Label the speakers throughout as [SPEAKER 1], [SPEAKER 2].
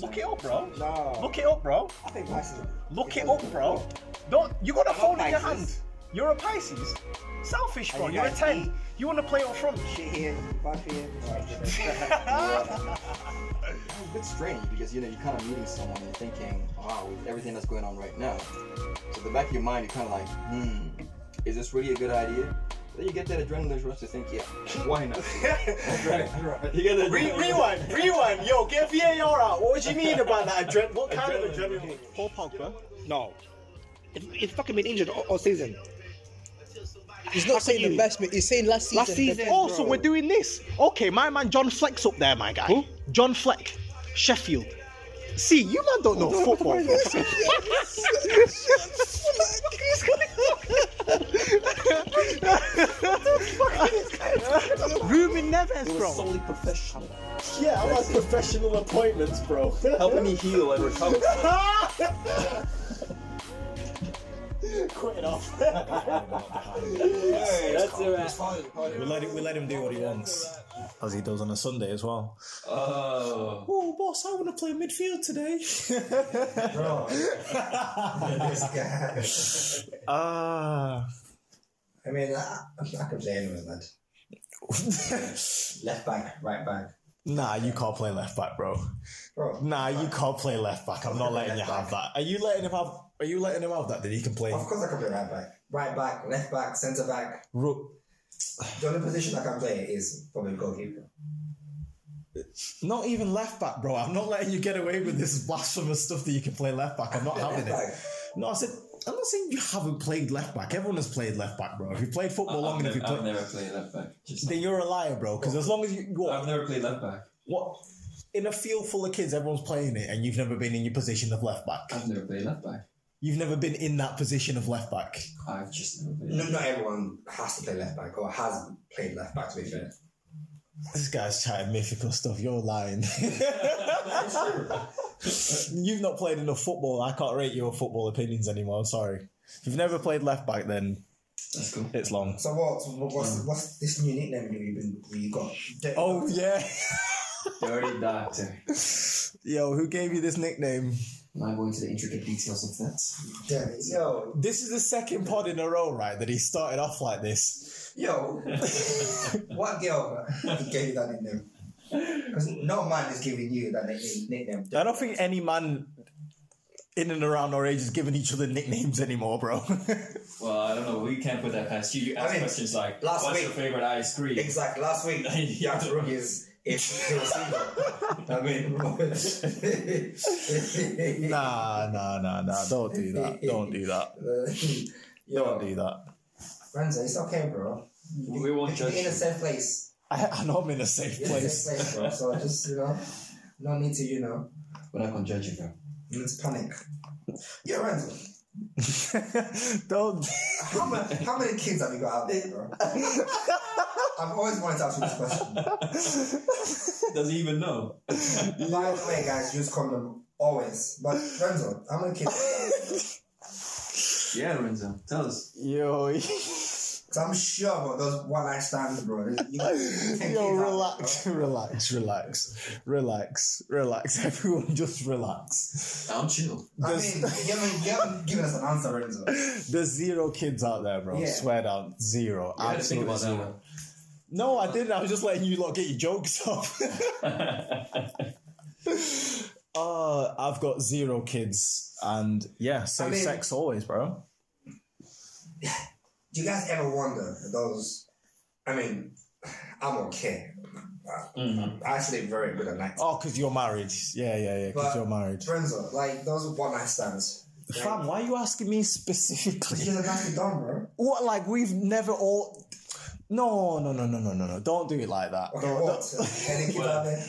[SPEAKER 1] Look it up, bro.
[SPEAKER 2] No.
[SPEAKER 1] Look it up, bro.
[SPEAKER 2] I think Pisces.
[SPEAKER 1] Look
[SPEAKER 2] is
[SPEAKER 1] it
[SPEAKER 2] a-
[SPEAKER 1] up, bro. Don't you got a
[SPEAKER 2] I'm
[SPEAKER 1] phone
[SPEAKER 2] not
[SPEAKER 1] in your hand?
[SPEAKER 2] Pisces.
[SPEAKER 1] You're a Pisces. Selfish, bro.
[SPEAKER 2] you
[SPEAKER 1] You're a
[SPEAKER 2] guys
[SPEAKER 1] ten.
[SPEAKER 2] eat?
[SPEAKER 1] You want to play up front?
[SPEAKER 2] Shit here, five here.
[SPEAKER 3] It's a bit strange because you know you're kind of meeting someone and you're thinking, wow, with everything that's going on right now. So at the back of your mind, you're kind of like, hmm, is this really a good idea? Then you get that adrenaline rush to think, yeah, why not?
[SPEAKER 2] right, right.
[SPEAKER 3] You get that
[SPEAKER 2] Re-
[SPEAKER 3] adrenaline-
[SPEAKER 2] rewind, rewind. Yo, get VAR out. What do you mean about that? Adre- what kind of
[SPEAKER 3] Adrenaline.
[SPEAKER 2] adrenaline?
[SPEAKER 4] Paul Pogba.
[SPEAKER 5] No. He's he's fucking been injured all, all season.
[SPEAKER 6] He's not saying
[SPEAKER 5] you?
[SPEAKER 6] the best, but he's saying last season.
[SPEAKER 5] Last season.
[SPEAKER 6] the best.
[SPEAKER 1] Also, Oh, we're doing this. Okay, my man John Fleck's up there, my guy.
[SPEAKER 5] Who?
[SPEAKER 1] John Fleck, Sheffield. See, you man don't know football. bro.
[SPEAKER 4] Ruben
[SPEAKER 6] It
[SPEAKER 4] Neves,
[SPEAKER 6] was
[SPEAKER 4] bro.
[SPEAKER 6] solely professional.
[SPEAKER 2] Yeah, I'm on professional appointments, bro.
[SPEAKER 3] helping me heal and recover.
[SPEAKER 2] Quit it off.
[SPEAKER 3] Hey,
[SPEAKER 2] That's a wrap.
[SPEAKER 7] We let him, we let him do what he wants, as he does on a Sunday as well.
[SPEAKER 3] Oh.
[SPEAKER 7] Oh, boss, I want to play midfield today.
[SPEAKER 8] this guy.
[SPEAKER 7] Ah,
[SPEAKER 8] I mean, I, I could play anyone, lad. Left back, right back.
[SPEAKER 7] nah, you can't play left back, bro.
[SPEAKER 8] Bro,
[SPEAKER 7] Nah, you can't play left back. I'm not letting you have that. Are you letting him have? Are you letting him have that? That he can play.
[SPEAKER 8] of course I could play right back. Right back, left back, centre back.
[SPEAKER 7] Ru-
[SPEAKER 8] The only position I can play is probably goalkeeper.
[SPEAKER 7] Not even left back, bro. I'm not letting you get away with this blasphemous stuff that you can play left back. I'm not having
[SPEAKER 8] Left
[SPEAKER 7] it.
[SPEAKER 8] back.
[SPEAKER 7] No, I said. I'm not saying you haven't played left back. Everyone has played left back, bro. If you played football long enough, you
[SPEAKER 3] I've
[SPEAKER 7] play.
[SPEAKER 3] never played left back. Just-
[SPEAKER 7] Then you're a liar, bro. Because as long as you what,
[SPEAKER 3] I've never played left back.
[SPEAKER 7] what in a field full of kids, everyone's playing it, and you've never been in your position of left back.
[SPEAKER 3] I've never played left back.
[SPEAKER 7] You've never been in that position of left back.
[SPEAKER 3] I've just never played.
[SPEAKER 8] No,
[SPEAKER 3] left back.
[SPEAKER 8] not everyone has to play left back or has played left back, to be fair.
[SPEAKER 7] This guy's chatting mythical stuff. You're lying. You've not played enough football. I can't rate your football opinions anymore. I'm sorry. If you've never played left back, then
[SPEAKER 3] That's cool.
[SPEAKER 7] it's long.
[SPEAKER 8] So what? What's, what's this new nickname you've been you got?
[SPEAKER 7] Mm. Oh yeah,
[SPEAKER 3] Dirty doctor.
[SPEAKER 7] yo, who gave you this nickname?
[SPEAKER 3] Am I going to the intricate details of that?
[SPEAKER 8] yeah, yo,
[SPEAKER 7] This is the second pod in a row, right? That he started off like this.
[SPEAKER 8] Yo, what girl gave you that nickname? Because no man is giving you that nick- nickname.
[SPEAKER 7] I don't think any man in and around our age is giving each other nicknames anymore, bro.
[SPEAKER 3] Well, I don't know. We can't put that past you. You ask
[SPEAKER 8] I mean,
[SPEAKER 3] questions like,
[SPEAKER 8] last
[SPEAKER 3] "What's
[SPEAKER 8] week-
[SPEAKER 3] your favorite ice cream?"
[SPEAKER 8] Exactly. Last week, you had to run his if he was single. I mean,
[SPEAKER 7] nah, nah, nah, nah. Don't do that. Don't do that. Don't
[SPEAKER 8] Yo,
[SPEAKER 7] do that.
[SPEAKER 8] Renzo, it's okay, bro.
[SPEAKER 3] We won't
[SPEAKER 8] You're
[SPEAKER 3] judge
[SPEAKER 8] in a
[SPEAKER 3] you.
[SPEAKER 8] safe place.
[SPEAKER 7] I, I know I'm in a safe
[SPEAKER 8] You're in a
[SPEAKER 7] place.
[SPEAKER 8] safe place, bro. So just you know, no need to you know,
[SPEAKER 3] We're not gonna judge you, bro.
[SPEAKER 8] no need to panic. Yo, Renzo,
[SPEAKER 7] Don't.
[SPEAKER 8] how many how many kids have you got out there, bro? I've always wanted to ask you this question.
[SPEAKER 3] Doesn't even know.
[SPEAKER 8] By the way, guys, use condom always. But Renzo, how many kids? Because
[SPEAKER 3] Yeah, Lorenzo, tell us.
[SPEAKER 7] Yo,
[SPEAKER 8] I'm sure about those one night stands, bro. You, you
[SPEAKER 7] yo, relax, relax, relax, relax, relax. Everyone, just relax.
[SPEAKER 3] I'm chill.
[SPEAKER 8] I mean,
[SPEAKER 7] There's,
[SPEAKER 8] you haven't, you haven't given us an answer, Renzo.
[SPEAKER 7] there's zero kids out there, bro.
[SPEAKER 8] Yeah.
[SPEAKER 7] Swear down, zero.
[SPEAKER 3] I had to
[SPEAKER 7] Absolutely
[SPEAKER 3] think about that
[SPEAKER 7] zero.
[SPEAKER 3] one.
[SPEAKER 7] No, I didn't. I was just letting you lot get your jokes off. uh, I've got zero kids, and yeah, safe
[SPEAKER 8] I mean-
[SPEAKER 7] sex always, bro.
[SPEAKER 8] Do you guys ever wonder those? I mean, I'm okay.
[SPEAKER 3] Mm-hmm.
[SPEAKER 8] I sleep very good at night.
[SPEAKER 7] Oh, because you're married. Yeah, yeah, yeah. Because
[SPEAKER 8] But-
[SPEAKER 7] you're married.
[SPEAKER 8] Renzo, like those one night stands.
[SPEAKER 7] Fam, why are you asking me
[SPEAKER 8] You're
[SPEAKER 7] specifically?
[SPEAKER 8] the nasty dumb, bro.
[SPEAKER 7] What? Like we've never all. No, no, no, no, no, no, no! Don't do it like that.
[SPEAKER 8] Okay,
[SPEAKER 7] Don't-
[SPEAKER 8] what?
[SPEAKER 7] don't-
[SPEAKER 8] Any kid out there?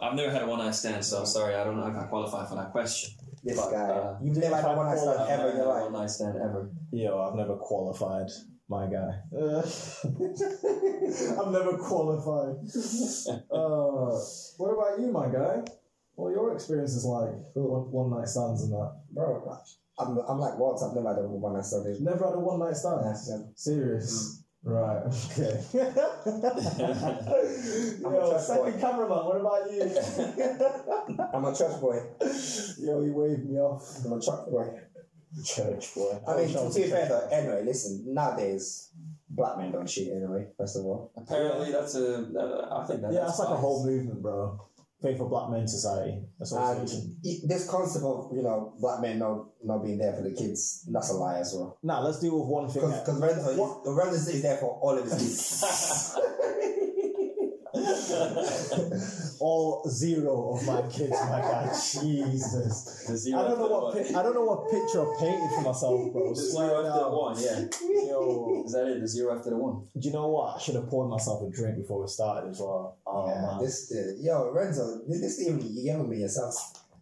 [SPEAKER 3] I've never had a one night stand, so I'm sorry. I don't know if I qualify for that question.
[SPEAKER 8] This
[SPEAKER 3] But,
[SPEAKER 8] guy.
[SPEAKER 3] uh,
[SPEAKER 8] You've never had a one night stand
[SPEAKER 3] I've
[SPEAKER 8] ever
[SPEAKER 3] never
[SPEAKER 8] in
[SPEAKER 3] had
[SPEAKER 8] your
[SPEAKER 3] a
[SPEAKER 8] life.
[SPEAKER 3] one night stand ever.
[SPEAKER 7] Yo, I've never qualified, my guy. Uh, I've never qualified. Uh, what about you, my guy? What are your experiences like one, one night stands and that?
[SPEAKER 8] Bro, I'm, I'm like, what? I've never had a one night stand.
[SPEAKER 7] Never had a one night stand.
[SPEAKER 8] That's, um,
[SPEAKER 7] Serious. Right. Okay. Yo,
[SPEAKER 8] trust
[SPEAKER 7] second
[SPEAKER 8] boy.
[SPEAKER 7] cameraman. What about you?
[SPEAKER 8] I'm a church boy.
[SPEAKER 7] Yo, you waved me off.
[SPEAKER 8] I'm a church boy.
[SPEAKER 7] Church boy.
[SPEAKER 8] I mean, to be fair though, anyway, listen, nowadays, black men don't cheat anyway, first of all.
[SPEAKER 4] Apparently, that's a. I think that,
[SPEAKER 7] Yeah, that's
[SPEAKER 4] that's
[SPEAKER 7] like a
[SPEAKER 4] biased.
[SPEAKER 7] whole movement, bro. Faithful Black Men Society Association.
[SPEAKER 8] And i- this concept of, you know, black men not, not being there for the kids, that's a lie as well.
[SPEAKER 7] nah, let's deal with one thing. at-
[SPEAKER 8] Because Renzo,
[SPEAKER 7] What?
[SPEAKER 8] is- Renzo is there for all of his kids.
[SPEAKER 7] All zero of my kids, my guy. Jesus.
[SPEAKER 4] The zero
[SPEAKER 7] I don't know
[SPEAKER 4] after
[SPEAKER 7] what
[SPEAKER 4] one.
[SPEAKER 7] pi- I don't know what picture I painted for myself, bro.
[SPEAKER 4] The
[SPEAKER 7] Swear
[SPEAKER 4] zero after
[SPEAKER 7] down.
[SPEAKER 4] one, yeah.
[SPEAKER 7] Yo,
[SPEAKER 4] Is that it? The zero after the one.
[SPEAKER 7] do you know what? I should have poured myself a drink before we started as well. Oh
[SPEAKER 8] yeah,
[SPEAKER 7] man.
[SPEAKER 8] this, uh, yo, Renzo, this, this evening, you're younger than yourself.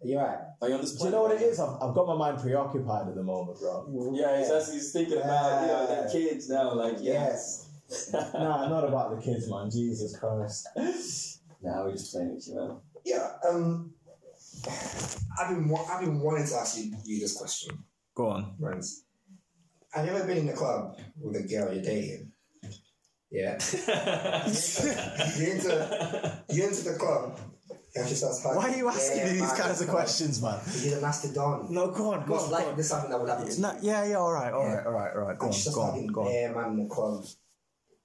[SPEAKER 8] You're right.
[SPEAKER 4] Are you on this
[SPEAKER 7] Do you know what it is? I've, I've got my mind preoccupied at the moment, bro.
[SPEAKER 4] Yeah, he's, actually- he's thinking about you know, their kids now. Like, yeah.
[SPEAKER 8] Yes.
[SPEAKER 7] Nah, not about the kids, man. Jesus Christ.
[SPEAKER 4] Nah, we're just playing with you, man.
[SPEAKER 8] Yeah, um, I've been, wa- I've been wanting to ask you, you this question.
[SPEAKER 4] Go on.
[SPEAKER 8] friends. Have you ever been in a club with a girl you're dating? Yeah. you into you into the club and she starts hugging.
[SPEAKER 1] Why are you asking
[SPEAKER 8] Yeah,
[SPEAKER 1] me these
[SPEAKER 8] man,
[SPEAKER 1] kinds of
[SPEAKER 8] come on.
[SPEAKER 1] questions, man?
[SPEAKER 8] You're the master don.
[SPEAKER 1] No, go on, go
[SPEAKER 8] Most
[SPEAKER 1] on,
[SPEAKER 8] likely
[SPEAKER 1] go on.
[SPEAKER 8] this is something that would happen. to
[SPEAKER 1] No,
[SPEAKER 8] you.
[SPEAKER 1] yeah, yeah, all right, all right, all right, all right. Go
[SPEAKER 8] And she
[SPEAKER 1] on,
[SPEAKER 8] starts
[SPEAKER 1] go on,
[SPEAKER 8] hugging
[SPEAKER 1] go on.
[SPEAKER 8] bare man in the club.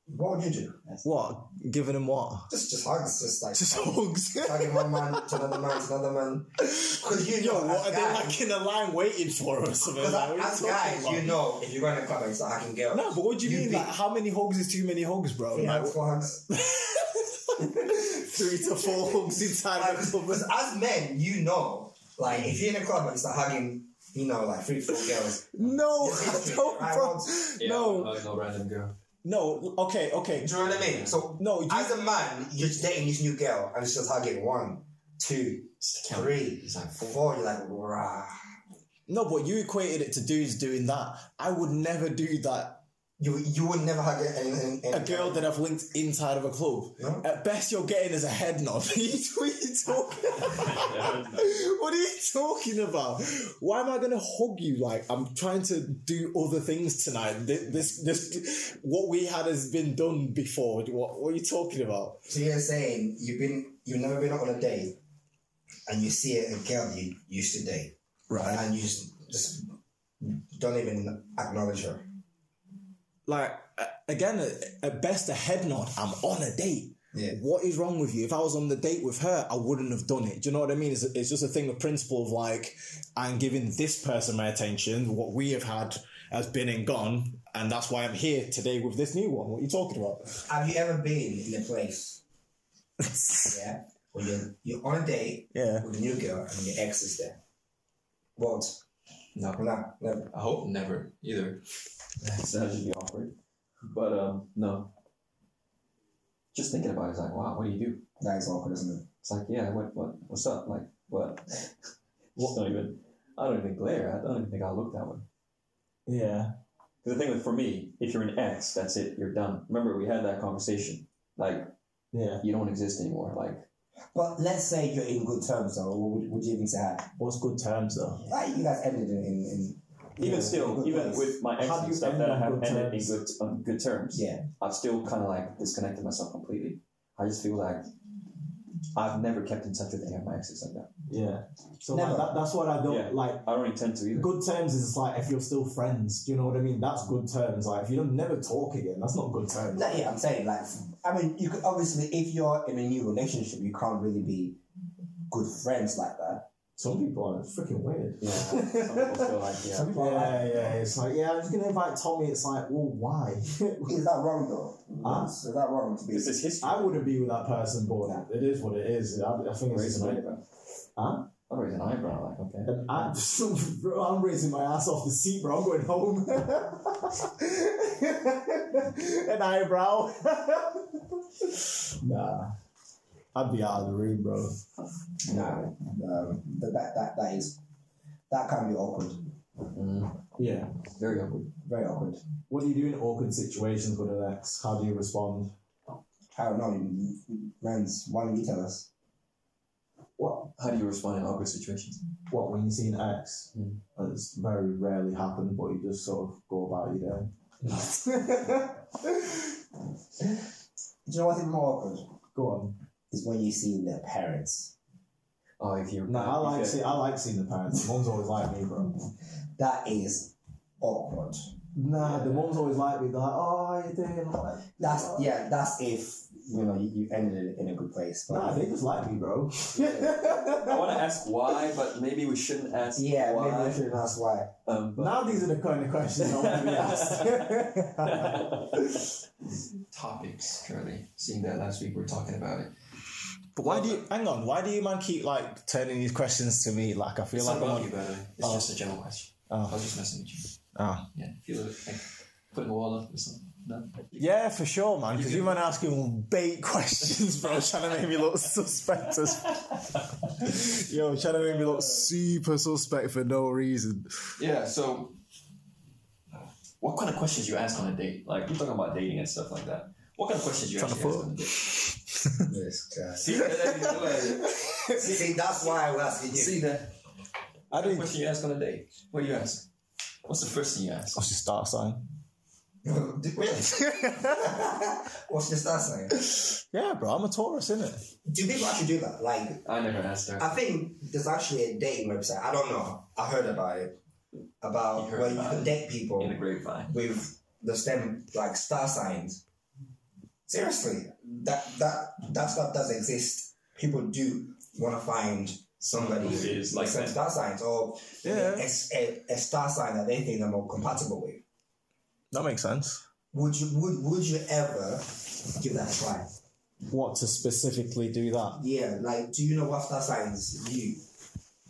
[SPEAKER 8] What would you do?
[SPEAKER 1] What? Giving him what?
[SPEAKER 8] Just just hugs, just like
[SPEAKER 1] Just hugs.
[SPEAKER 8] hugging one man to another man to another man. Because you know, as guys-
[SPEAKER 1] in a line waiting for or something?
[SPEAKER 8] 'cause
[SPEAKER 1] Like, what are you
[SPEAKER 8] as
[SPEAKER 1] talking
[SPEAKER 8] guys,
[SPEAKER 1] about?
[SPEAKER 8] you know, if you go in a club and start hugging girls,
[SPEAKER 1] No, but what do you,
[SPEAKER 8] you
[SPEAKER 1] mean?
[SPEAKER 8] be-
[SPEAKER 1] Like, how many hugs is too many hugs, bro?
[SPEAKER 8] three
[SPEAKER 1] Like,
[SPEAKER 8] hugs, four hugs.
[SPEAKER 1] three to four hugs inside the club.
[SPEAKER 8] Because as men, you know, like if you're in a club and you start hugging, you know, like three, four girls.
[SPEAKER 1] No,
[SPEAKER 8] Just have
[SPEAKER 1] I
[SPEAKER 8] to,
[SPEAKER 1] don't,
[SPEAKER 8] right,
[SPEAKER 1] bro.
[SPEAKER 8] once.
[SPEAKER 1] No,
[SPEAKER 4] Like no random girl.
[SPEAKER 1] no. Okay, okay.
[SPEAKER 8] Do you know what I mean? So
[SPEAKER 1] No, you-
[SPEAKER 8] as a man, you're just dating this new girl and she's just hugging one, two, three, four. You're like, rah.
[SPEAKER 1] No, but you equated it to dudes doing that. I would never do that.
[SPEAKER 8] You you would never hug any, any, any
[SPEAKER 1] A girl that I've linked inside of a club.
[SPEAKER 8] No.
[SPEAKER 1] At best, you're getting is a head nod. what are you talking? what are you talking about? Why am I going to hug you? Like I'm trying to do other things tonight. This, this, this what we had has been done before. What, what are you talking about?
[SPEAKER 8] So you're saying you've been you've never been out on a date, and you see a girl you used to date, and you just, just don't even acknowledge her.
[SPEAKER 1] Like uh, again, at- at best a head nod. I'm on a date.
[SPEAKER 8] Yeah.
[SPEAKER 1] what is wrong with you? If I was on the date with her, I wouldn't have done it. Do you know what I mean? It's, it's just a thing of principle of like, I'm giving this person my attention. What we have had has been and gone, and that's why I'm here today with this new one. What are you talking about?
[SPEAKER 8] Have you ever been in a place? yeah. Where you're, you're on a date
[SPEAKER 1] Yeah.
[SPEAKER 8] with a new girl and your ex is there. What? No. No, never.
[SPEAKER 4] I hope never either. That would be awkward. But um, no. Just thinking about it, it's like, wow, what do you do?
[SPEAKER 8] That is awkward, isn't it?
[SPEAKER 4] It's like, yeah, what, what, what's up? Like, what? Just don't even. I don't even glare. I don't even think I look that way.
[SPEAKER 7] Yeah.
[SPEAKER 4] The thing with for me, if you're an ex, that's it. You're done. Remember, we had that conversation. Like,
[SPEAKER 7] Yeah.
[SPEAKER 4] you don't exist anymore. Like,
[SPEAKER 8] But let's say you're in good terms though. Would, would you even say hi?
[SPEAKER 7] What's good terms though?
[SPEAKER 8] Like you guys ended in, in, in
[SPEAKER 4] even
[SPEAKER 8] in
[SPEAKER 4] still,
[SPEAKER 8] good
[SPEAKER 4] even
[SPEAKER 8] place.
[SPEAKER 4] with my ex
[SPEAKER 7] How do
[SPEAKER 4] and
[SPEAKER 7] you
[SPEAKER 4] stuff
[SPEAKER 7] end
[SPEAKER 4] that I
[SPEAKER 7] on
[SPEAKER 4] have
[SPEAKER 7] good
[SPEAKER 4] ended
[SPEAKER 7] terms?
[SPEAKER 4] in good on good terms,
[SPEAKER 8] Yeah.
[SPEAKER 4] I've still kind of like disconnected myself completely. I just feel like I've never kept in touch with any of my exes like that.
[SPEAKER 7] Yeah. So like,
[SPEAKER 8] Never.
[SPEAKER 7] that, that's what I don't
[SPEAKER 4] Yeah.
[SPEAKER 7] like.
[SPEAKER 4] I don't intend to either.
[SPEAKER 7] Good terms is like if you're still friends. Do you know what I mean? That's good terms. Like if you don't never talk again, that's not good terms.
[SPEAKER 8] Like, yeah, I'm saying like I mean you could obviously if you're in a new relationship you can't really be good friends like that.
[SPEAKER 7] Some people are freaking weird.
[SPEAKER 4] Yeah, some people feel like yeah.
[SPEAKER 8] Some people are
[SPEAKER 7] Yeah,
[SPEAKER 8] like,
[SPEAKER 7] yeah. It's like yeah, I'm just gonna invite Tommy. It's like, well, why?
[SPEAKER 8] Is that wrong though?
[SPEAKER 7] Huh?
[SPEAKER 8] Is that wrong to be
[SPEAKER 4] This is history.
[SPEAKER 7] I wouldn't be with that person, but it is what it is. I, I think it's
[SPEAKER 4] raise
[SPEAKER 7] just
[SPEAKER 4] an
[SPEAKER 7] like,
[SPEAKER 4] eyebrow.
[SPEAKER 7] Huh? Uh,
[SPEAKER 4] I raise an eyebrow. Like, okay.
[SPEAKER 7] And I'm, bro, I'm raising my ass off the seat, bro. I'm going home. An eyebrow. nah. I'd be out of the room, bro.
[SPEAKER 8] No, um, but that, that that is that can be awkward,
[SPEAKER 4] Mm,
[SPEAKER 7] Yeah.
[SPEAKER 4] very awkward.
[SPEAKER 8] very awkward.
[SPEAKER 7] What do you do in awkward situations with an ex? How do you respond?
[SPEAKER 8] I don't know, friends. Why don't you tell us?
[SPEAKER 7] What?
[SPEAKER 4] How do you respond in awkward situations?
[SPEAKER 7] What, when you see an ex?
[SPEAKER 4] Hmm.
[SPEAKER 7] It's very rarely happened, but you just sort of go about your day.
[SPEAKER 8] you know what's even more awkward?
[SPEAKER 9] Go on.
[SPEAKER 8] Is when you see their parents.
[SPEAKER 4] Oh, if you're
[SPEAKER 9] No, I like
[SPEAKER 4] if
[SPEAKER 9] see, I like seeing the parents. The mom's always like me, bro.
[SPEAKER 8] That is awkward.
[SPEAKER 9] Nah, the mom's always like me. They're like, oh, how you doing? I'm like,
[SPEAKER 8] That's yeah. That's if you know you, you ended it in a good place. But
[SPEAKER 9] Nah, they just like me, bro.
[SPEAKER 4] I want to ask why, but maybe we shouldn't ask
[SPEAKER 8] yeah,
[SPEAKER 4] why.
[SPEAKER 8] maybe I shouldn't ask why.
[SPEAKER 4] Um, but
[SPEAKER 9] now these are the kind of questions I want to be asked.
[SPEAKER 4] topics, Charlie. Seeing that last week, we are talking about it.
[SPEAKER 7] But why do you hang on? Why do you man keep like turning these questions to me? Like I feel
[SPEAKER 4] It's
[SPEAKER 7] like
[SPEAKER 4] not
[SPEAKER 7] I'm
[SPEAKER 4] about
[SPEAKER 7] on.
[SPEAKER 4] you, by the way. It's just a general question.
[SPEAKER 7] Oh.
[SPEAKER 4] I was just messing with you.
[SPEAKER 7] Oh.
[SPEAKER 4] Yeah, feel it. Like, putting the wall up or something. No?
[SPEAKER 7] Yeah, for sure, man. Because you man asking bait questions, bro, trying to make me look suspect. as- Yo, trying to make me look super suspect for no reason.
[SPEAKER 4] Yeah, so what kind of questions you ask on a date? Like, you're talking about dating and stuff like that. What kind of questions you
[SPEAKER 7] Trying to
[SPEAKER 4] actually ask
[SPEAKER 7] fuck.
[SPEAKER 4] on a date?
[SPEAKER 8] This guy.
[SPEAKER 4] See, that?
[SPEAKER 8] See, that's why I was asking you.
[SPEAKER 4] See that?
[SPEAKER 7] I
[SPEAKER 4] What
[SPEAKER 7] didn't.
[SPEAKER 4] question you ask on a date? What do you ask? What's the first thing you ask?
[SPEAKER 7] What's your star sign?
[SPEAKER 8] Really? What's this that saying?
[SPEAKER 7] Yeah, bro, I'm a Taurus, innit?
[SPEAKER 8] Do people actually do that? Like,
[SPEAKER 4] I never asked
[SPEAKER 8] I
[SPEAKER 4] her.
[SPEAKER 8] think there's actually a dating website. I don't know. I heard about it. About
[SPEAKER 4] You heard
[SPEAKER 8] where you
[SPEAKER 4] about
[SPEAKER 8] can
[SPEAKER 4] it?
[SPEAKER 8] date
[SPEAKER 4] In the
[SPEAKER 8] people
[SPEAKER 4] grapevine.
[SPEAKER 8] with the stem like star signs. Seriously, that that that stuff does exist. People do want to find somebody
[SPEAKER 4] Who is like
[SPEAKER 8] with some
[SPEAKER 4] that.
[SPEAKER 8] star signs or
[SPEAKER 7] Yeah.
[SPEAKER 8] a, a, a star sign that they think they're more compatible with.
[SPEAKER 7] That makes sense.
[SPEAKER 8] Would you would would you ever give that a try?
[SPEAKER 7] What to specifically do that?
[SPEAKER 8] Yeah, like do you know what star signs you?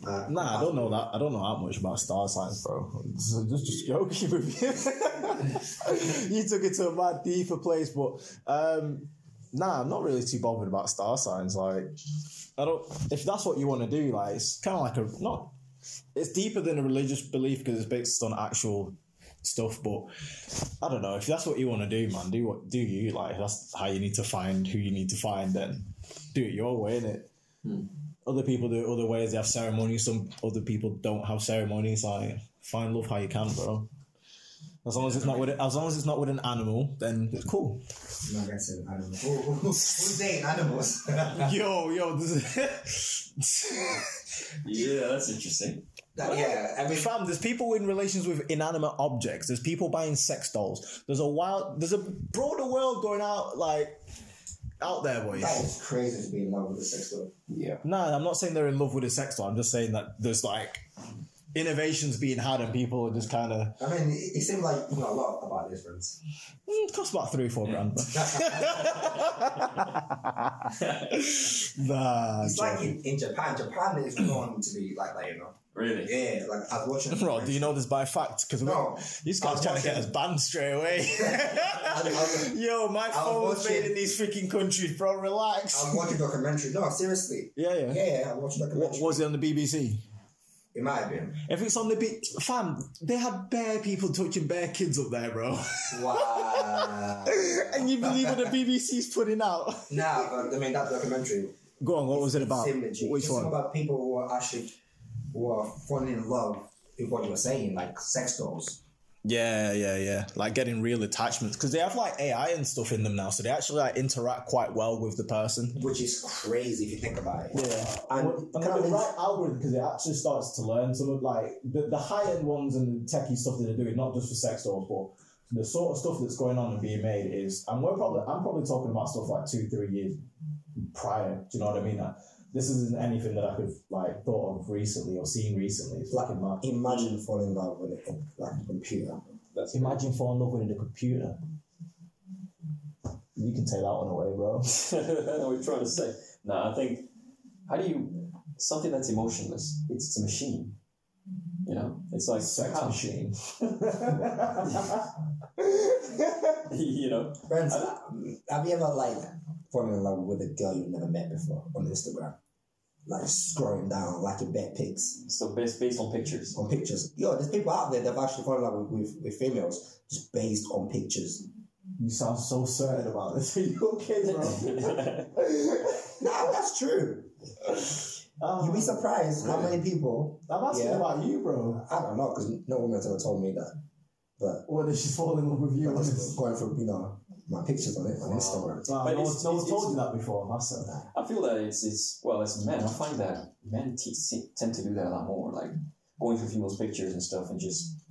[SPEAKER 8] Uh,
[SPEAKER 7] Nah, I don't know that. I don't know that much about star signs, bro. So just, just joking with you. you took it to a mad deeper place, but um, nah, I'm not really too bothered about star signs. Like, I don't. If that's what you want to do, like, it's kind of like a not. It's deeper than a religious belief because it's based on actual stuff. But I don't know if that's what you want to do, man. Do what do you like? if That's how you need to find who you need to find. Then do it your way, innit? other people do it other ways. They have ceremonies. Some other people don't have ceremonies. Like find love how you can, bro. As long as it's not with as long as it's not with an animal, then it's cool.
[SPEAKER 8] I'm not gonna say animals. Who, who, who's dating animals? that,
[SPEAKER 7] yo, yo, this
[SPEAKER 4] Yeah, that's interesting.
[SPEAKER 8] yeah, I mean,
[SPEAKER 7] fam. There's people in relations with inanimate objects. There's people buying sex dolls. There's a wild. There's a broader world going out like out there,
[SPEAKER 8] that
[SPEAKER 7] boys.
[SPEAKER 8] is crazy to be in love with a sex doll.
[SPEAKER 7] Nah, I'm not saying they're in love with a sex doll. I'm just saying that there's like innovations being had and people are just kind of.
[SPEAKER 8] I mean, it, it seemed like you know a lot about this, friends.
[SPEAKER 7] Mm, costs about three or four grand. nah,
[SPEAKER 8] It's like in, in Japan. Japan is known to be like that, you know.
[SPEAKER 4] Really?
[SPEAKER 8] Yeah, like I was watching.
[SPEAKER 7] Bro, do you know this by fact? Because
[SPEAKER 8] No.
[SPEAKER 7] these guys
[SPEAKER 8] I'm
[SPEAKER 7] trying to get us
[SPEAKER 8] watching-
[SPEAKER 7] banned straight away.
[SPEAKER 8] I, I was-
[SPEAKER 7] Yo, my
[SPEAKER 8] I'm
[SPEAKER 7] phone's made
[SPEAKER 8] watching-
[SPEAKER 7] in these freaking countries, bro. Relax.
[SPEAKER 8] I was watching a documentary. No, seriously.
[SPEAKER 7] yeah, yeah.
[SPEAKER 8] Yeah, I watched a
[SPEAKER 7] What
[SPEAKER 8] documentary.
[SPEAKER 7] was it on the BBC?
[SPEAKER 8] It might have been.
[SPEAKER 7] If it's on the B, fam, they had bare people touching bare kids up there, bro.
[SPEAKER 8] Wow.
[SPEAKER 7] and you believe what the BBC's putting out?
[SPEAKER 8] nah, but I mean that documentary.
[SPEAKER 7] Go on, what was it about?
[SPEAKER 8] Same legit.
[SPEAKER 7] Which
[SPEAKER 8] it's
[SPEAKER 7] one?
[SPEAKER 8] about people who are actually who are falling in love with what you were saying, like sex dolls.
[SPEAKER 7] Yeah, yeah, yeah. Like getting real attachments because they have like AI and stuff in them now, so they actually like interact quite well with the person.
[SPEAKER 8] Which is crazy if you think about it.
[SPEAKER 9] Yeah.
[SPEAKER 8] And
[SPEAKER 9] Well,
[SPEAKER 8] can I
[SPEAKER 9] and the
[SPEAKER 8] mean-
[SPEAKER 9] right algorithm because it actually starts to learn some of like the, the high end ones and the techie stuff that they're doing, not just for sex dolls, but the sort of stuff that's going on and being made is, and we're probably I'm probably talking about stuff like two three years prior. Do you know what I mean? Like, this isn't anything that I could like thought of recently or seen recently. It's
[SPEAKER 8] Like
[SPEAKER 9] fucking mad.
[SPEAKER 8] imagine falling in love with a com- like a computer.
[SPEAKER 9] Imagine falling in love with a computer. You can take that one away, bro.
[SPEAKER 4] what are trying to say? No, I think how do you something that's emotionless? It's, it's a machine. You know, it's like
[SPEAKER 9] Sex
[SPEAKER 4] how-
[SPEAKER 9] machine.
[SPEAKER 4] you know,
[SPEAKER 8] Friends, um, have you ever like fallen in love with a girl you've never met before on Instagram? Like scrolling down, like your bet pics
[SPEAKER 4] so based based on pictures.
[SPEAKER 8] on pictures. Yo, there's people out there that've actually fallen in love with, with, with females just based on pictures.
[SPEAKER 9] You sound so certain about this. Are you okay, bro?
[SPEAKER 8] Nah, that's true.
[SPEAKER 9] Um,
[SPEAKER 8] You'd be surprised how many people
[SPEAKER 9] I'm asking
[SPEAKER 8] Yeah.
[SPEAKER 9] about you, bro.
[SPEAKER 8] I don't know because no woman's ever told me that. But
[SPEAKER 7] What if she's falling in love with you?
[SPEAKER 8] I'm just
[SPEAKER 7] honest?
[SPEAKER 8] going through, you know, my pictures on it on Instagram.
[SPEAKER 7] Wow,
[SPEAKER 4] But
[SPEAKER 7] no
[SPEAKER 4] it's-
[SPEAKER 7] one's, no one's
[SPEAKER 4] it's-
[SPEAKER 7] told you that before, have they?
[SPEAKER 4] I feel that it's, it's well, as men, I find that men t- se- tend to do that a lot more, like going through people's pictures and stuff, and just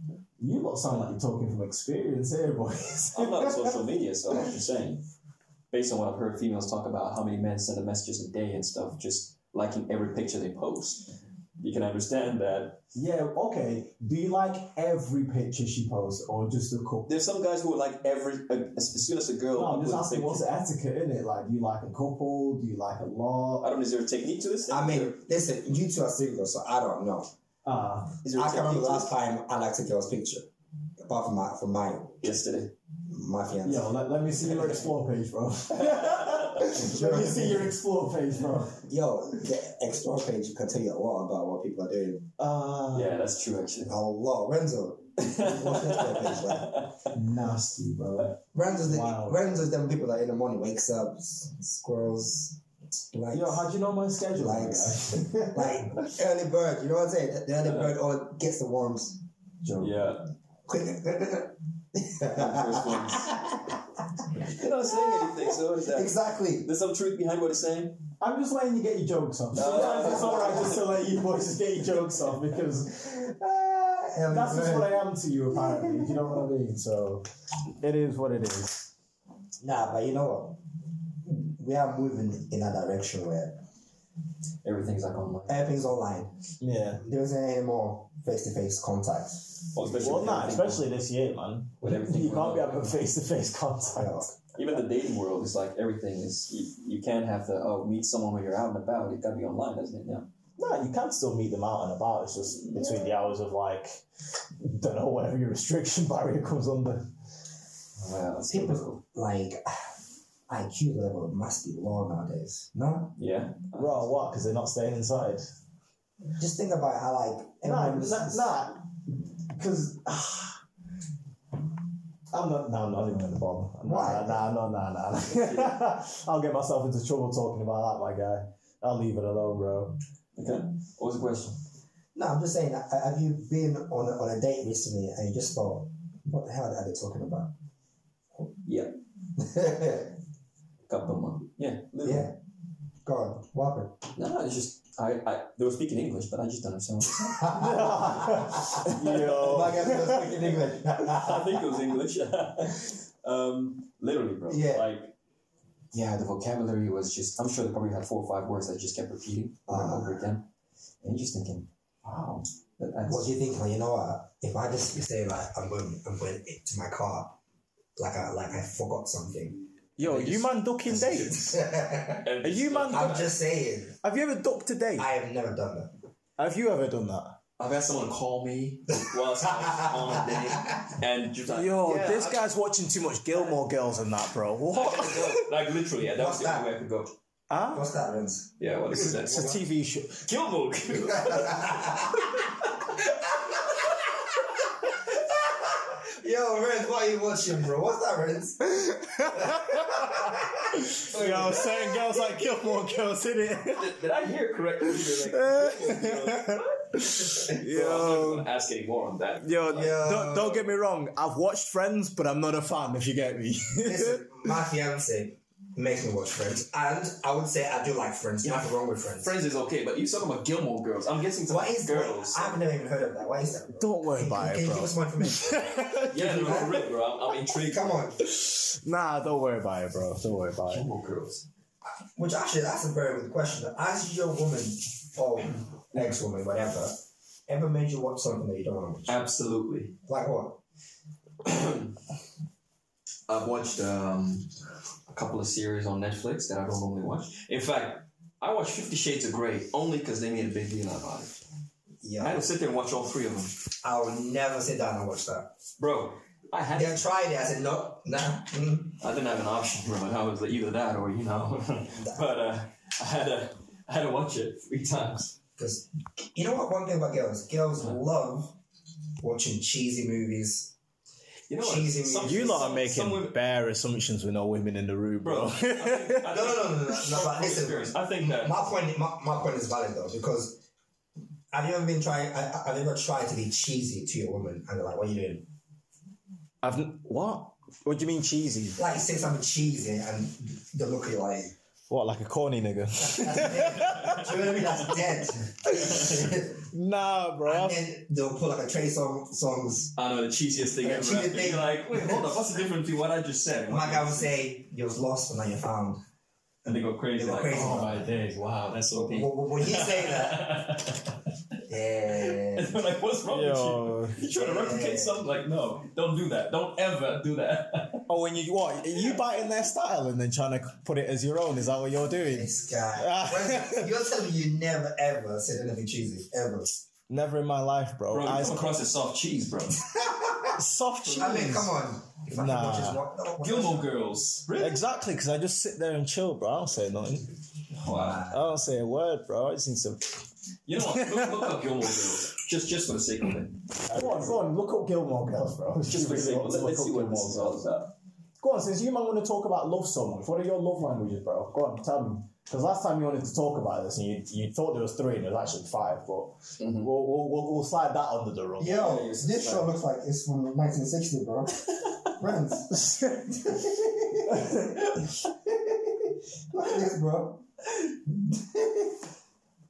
[SPEAKER 7] You lot sound like you're talking from experience here, boys.
[SPEAKER 4] I'm not on social media, so I'm just saying, based on what I've heard females talk about, how many men send them messages a day and stuff, just liking every picture they post. You can understand that
[SPEAKER 7] yeah, okay. Do you like every picture she posts or just a couple?
[SPEAKER 4] there's some guys who are like every as, as soon as a girl.
[SPEAKER 7] No, I'm just
[SPEAKER 4] uploads a
[SPEAKER 7] asking what's
[SPEAKER 4] picture-
[SPEAKER 7] the etiquette in it? Like, do you like a couple? Do you like a lot?
[SPEAKER 9] Uh,
[SPEAKER 4] I don't. Is there a technique to this?
[SPEAKER 8] I mean, listen, you two are single, so I don't know.
[SPEAKER 7] Ah,
[SPEAKER 4] Is there a
[SPEAKER 8] I can
[SPEAKER 4] technique
[SPEAKER 8] remember the
[SPEAKER 4] to
[SPEAKER 8] last
[SPEAKER 4] this?
[SPEAKER 8] time I liked a girl's picture, apart from my from my
[SPEAKER 4] yesterday.
[SPEAKER 8] my fiance.
[SPEAKER 7] yo, let, let me see your explore page, bro. let me see your explore page, bro.
[SPEAKER 8] Yo, the explore page can tell you a lot about what people are doing.
[SPEAKER 7] Ah,
[SPEAKER 4] Yeah, that's true actually.
[SPEAKER 8] A lot, Renzo. What's the explore page like?
[SPEAKER 7] nasty, bro.
[SPEAKER 8] Renzo's the
[SPEAKER 7] Wow.
[SPEAKER 8] Renzo's them people that in the morning wakes up, s- squirrels, like
[SPEAKER 7] Yo, how'd you know my schedule? my
[SPEAKER 8] Likes.
[SPEAKER 7] guy?
[SPEAKER 8] like early bird. You know what I'm saying? The early bird all gets the worms.
[SPEAKER 7] Joke.
[SPEAKER 4] Yeah.
[SPEAKER 8] Quick.
[SPEAKER 4] First ones. You're not saying anything, so what is that?
[SPEAKER 8] exactly.
[SPEAKER 4] There's some truth behind what it's saying.
[SPEAKER 7] I'm just letting you get your jokes off.
[SPEAKER 4] No.
[SPEAKER 7] Sometimes it's alright just to let you boys just get your jokes off because uh,
[SPEAKER 8] Early
[SPEAKER 7] that's just
[SPEAKER 8] bird.
[SPEAKER 7] what I am to you, apparently. You know what I mean? So it is what it is.
[SPEAKER 8] Nah, but you know what? We are moving in a direction where
[SPEAKER 4] Everything's like online.
[SPEAKER 8] everything's online.
[SPEAKER 7] Yeah.
[SPEAKER 8] There isn't any more face to face contact.
[SPEAKER 4] Well, especially
[SPEAKER 7] Well,
[SPEAKER 4] with
[SPEAKER 7] nah,
[SPEAKER 4] everything-
[SPEAKER 7] especially this year, man.
[SPEAKER 4] with everything.
[SPEAKER 7] You can't
[SPEAKER 4] going
[SPEAKER 7] be
[SPEAKER 4] on.
[SPEAKER 7] having face to face
[SPEAKER 8] You
[SPEAKER 7] contact.
[SPEAKER 8] know.
[SPEAKER 4] Even the dating world is like everything is. You, you can't have to oh meet someone when you're out and about. It gotta be online, doesn't it? Yeah.
[SPEAKER 7] No, you can still meet them out and about. It's just between the hours of like, don't know, whatever your restriction barrier comes under.
[SPEAKER 4] Wow. That's
[SPEAKER 8] People-
[SPEAKER 4] difficult.
[SPEAKER 8] Like IQ level must be low nowadays. No,
[SPEAKER 4] Yeah.
[SPEAKER 7] Bro, what? Because they're not staying inside.
[SPEAKER 8] just think about how like
[SPEAKER 7] No,
[SPEAKER 8] everyone's-
[SPEAKER 7] not that. Because I'm not. No, I'm not even going to bother. I'm not-
[SPEAKER 8] Why?
[SPEAKER 7] Nah, nah, nah, nah. nah. I'll get myself into trouble talking about that, my guy. I'll leave it alone, bro.
[SPEAKER 4] Okay. What was the question?
[SPEAKER 8] No, I'm just saying. uh, Have you been on a, on a date recently and you just thought, what the hell are they talking about?
[SPEAKER 4] Yeah.
[SPEAKER 8] yeah,
[SPEAKER 4] Couple month. Yeah. Literally.
[SPEAKER 8] go on. What happened?
[SPEAKER 4] No, no, it's just I, I they were speaking English, but I just don't understand. What
[SPEAKER 8] My
[SPEAKER 7] Yo.
[SPEAKER 8] guy doesn't speak in English.
[SPEAKER 4] I think it was English. um, literally, bro.
[SPEAKER 8] Yeah.
[SPEAKER 4] Like, yeah, the vocabulary was just. I'm sure they probably had four or five words that just kept repeating over and
[SPEAKER 8] Ah.
[SPEAKER 4] over again, and you're just thinking, wow, that, that's
[SPEAKER 8] What do you think? Well, you know what? If I just say like I'm going, I'm going to my car, like I like I forgot something.
[SPEAKER 1] Yo, you man ducking dates?
[SPEAKER 8] I'm
[SPEAKER 1] Are you man? duck-
[SPEAKER 8] just saying.
[SPEAKER 1] have you ever ducked a date?
[SPEAKER 8] I have never done that.
[SPEAKER 1] Have you ever done that?
[SPEAKER 4] I've had someone call me while I was on a date, and just like,
[SPEAKER 1] Yo,
[SPEAKER 4] yeah,
[SPEAKER 1] this
[SPEAKER 4] I-
[SPEAKER 1] guy's watching too much Gilmore Girls and that, bro. What?
[SPEAKER 4] like literally, yeah, that was the only way I could go.
[SPEAKER 1] huh?
[SPEAKER 8] What's that, Vince?
[SPEAKER 4] Yeah, what is that?
[SPEAKER 1] It's a TV show.
[SPEAKER 4] Gilmore.
[SPEAKER 8] Yo, Renz, what are you watching, bro? What's that, Renz?
[SPEAKER 1] Yo, Oh, I was saying girls like Gilmore Girls, innit?
[SPEAKER 4] did, did I hear correctly? They're Like,
[SPEAKER 1] yo,
[SPEAKER 4] gonna ask any more on that.
[SPEAKER 1] yo,
[SPEAKER 8] Yo.
[SPEAKER 1] Don't, don't get me wrong. I've watched Friends, but I'm not a fan. If you get me.
[SPEAKER 8] Listen, my fiance makes me watch Friends, and I would say I do like Friends. Nothing wrong with Friends.
[SPEAKER 4] Friends is okay, but you talking about Gilmore Girls? I'm guessing some
[SPEAKER 8] What is
[SPEAKER 4] girls.
[SPEAKER 8] I've never even heard of that. What is that? Bro?
[SPEAKER 1] don't worry
[SPEAKER 8] Can,
[SPEAKER 1] about it,
[SPEAKER 8] can you give
[SPEAKER 1] bro.
[SPEAKER 8] us more information?
[SPEAKER 4] yeah, no, for real, bro. I'm, I'm intrigued.
[SPEAKER 8] Come on.
[SPEAKER 1] Nah, don't worry about it, bro. Don't worry about it.
[SPEAKER 4] Gilmore Girls.
[SPEAKER 8] Which actually, that's a very good question. Has your woman or ex woman, whatever, ever made you watch something that you don't want to watch?
[SPEAKER 4] Absolutely.
[SPEAKER 8] Like what?
[SPEAKER 4] I've watched um, a couple of series on Netflix that I don't normally watch. In fact, I watched Fifty Shades of Grey only because they made a big deal about it. I had
[SPEAKER 8] Yeah.
[SPEAKER 4] to sit there and watch all three of them,
[SPEAKER 8] I will never sit down and watch that.
[SPEAKER 4] bro. I had
[SPEAKER 8] They tried it. I said, no, nah. Mm.
[SPEAKER 4] I didn't have an option, bro. I was like either that or you know. but uh, I had to I had to watch it three times.
[SPEAKER 8] Because you know what? One thing about girls, girls love watching cheesy movies.
[SPEAKER 4] You know what?
[SPEAKER 8] Cheesy
[SPEAKER 4] Some-
[SPEAKER 1] You lot are
[SPEAKER 4] some- some
[SPEAKER 1] making
[SPEAKER 4] women-
[SPEAKER 1] bare assumptions with no women in the room,
[SPEAKER 4] bro. I
[SPEAKER 1] bro.
[SPEAKER 4] think- I think-
[SPEAKER 8] No, no, no, no, no. no but
[SPEAKER 4] From
[SPEAKER 8] listen,
[SPEAKER 4] experience, I think that
[SPEAKER 8] my point, my, my point is valid though because have you ever been trying? Have you ever tried to be cheesy to your woman and they're like, "What are you doing?"
[SPEAKER 1] I've n- what? What do you mean cheesy?
[SPEAKER 8] Like, say something cheesy and they look at you like,
[SPEAKER 1] What, like a corny nigga?
[SPEAKER 8] do you know what I mean? That's dead.
[SPEAKER 1] nah, bro.
[SPEAKER 8] and
[SPEAKER 1] I've-
[SPEAKER 8] then they'll put like a Trey song, songs.
[SPEAKER 4] I know the cheesiest thing
[SPEAKER 8] Yeah,
[SPEAKER 4] ever.
[SPEAKER 8] cheesy
[SPEAKER 4] after.
[SPEAKER 8] thing.
[SPEAKER 4] You're like, wait, hold up, what's the difference between what I just said?
[SPEAKER 8] My guy would say, you was lost and now you're found.
[SPEAKER 4] And they go crazy.
[SPEAKER 8] They go
[SPEAKER 4] like,
[SPEAKER 8] crazy.
[SPEAKER 4] oh my days, wow, that's so
[SPEAKER 8] When,
[SPEAKER 4] deep.
[SPEAKER 8] when when you say that, yeah.
[SPEAKER 4] And they're like, what's wrong
[SPEAKER 1] Yo.
[SPEAKER 4] with you? You trying to replicate something? Like, no, don't do that. Don't ever do that.
[SPEAKER 1] Oh, when you what? You biting their style and then trying to put it as your own? Is that what you're doing?
[SPEAKER 8] This guy. When- you're telling me you never ever said anything cheesy, ever.
[SPEAKER 1] Never in my life, bro.
[SPEAKER 4] Bro, you
[SPEAKER 1] Eyes
[SPEAKER 4] come across as soft cheese, bro.
[SPEAKER 1] soft cheese.
[SPEAKER 8] I mean, come on. If I
[SPEAKER 1] Nah.
[SPEAKER 8] could just walk- no, what-
[SPEAKER 4] Gilmore Girls. Really?
[SPEAKER 1] Exactly, because I just sit there and chill, bro. I don't say nothing.
[SPEAKER 4] Wow.
[SPEAKER 1] I don't say a word, bro. I just need some.
[SPEAKER 4] You know what? Look, look up Gilmore Girls. Just, just for the sake of it.
[SPEAKER 7] Go on, go on. Look up Gilmore Girls, bro.
[SPEAKER 4] Just for the sake of it. Let's, let's see what this is all about.
[SPEAKER 7] Go on, since you man want to talk about love so much, what are your love languages, bro? Go on, tell me. Because last time you wanted to talk about this, and you, you thought there was three, and there was actually five. But
[SPEAKER 4] Mm-hmm.
[SPEAKER 7] we'll, we'll, we'll, we'll slide that under the rug.
[SPEAKER 8] Yo, this show looks like it's from 1960, bro. Friends. Look at this, bro.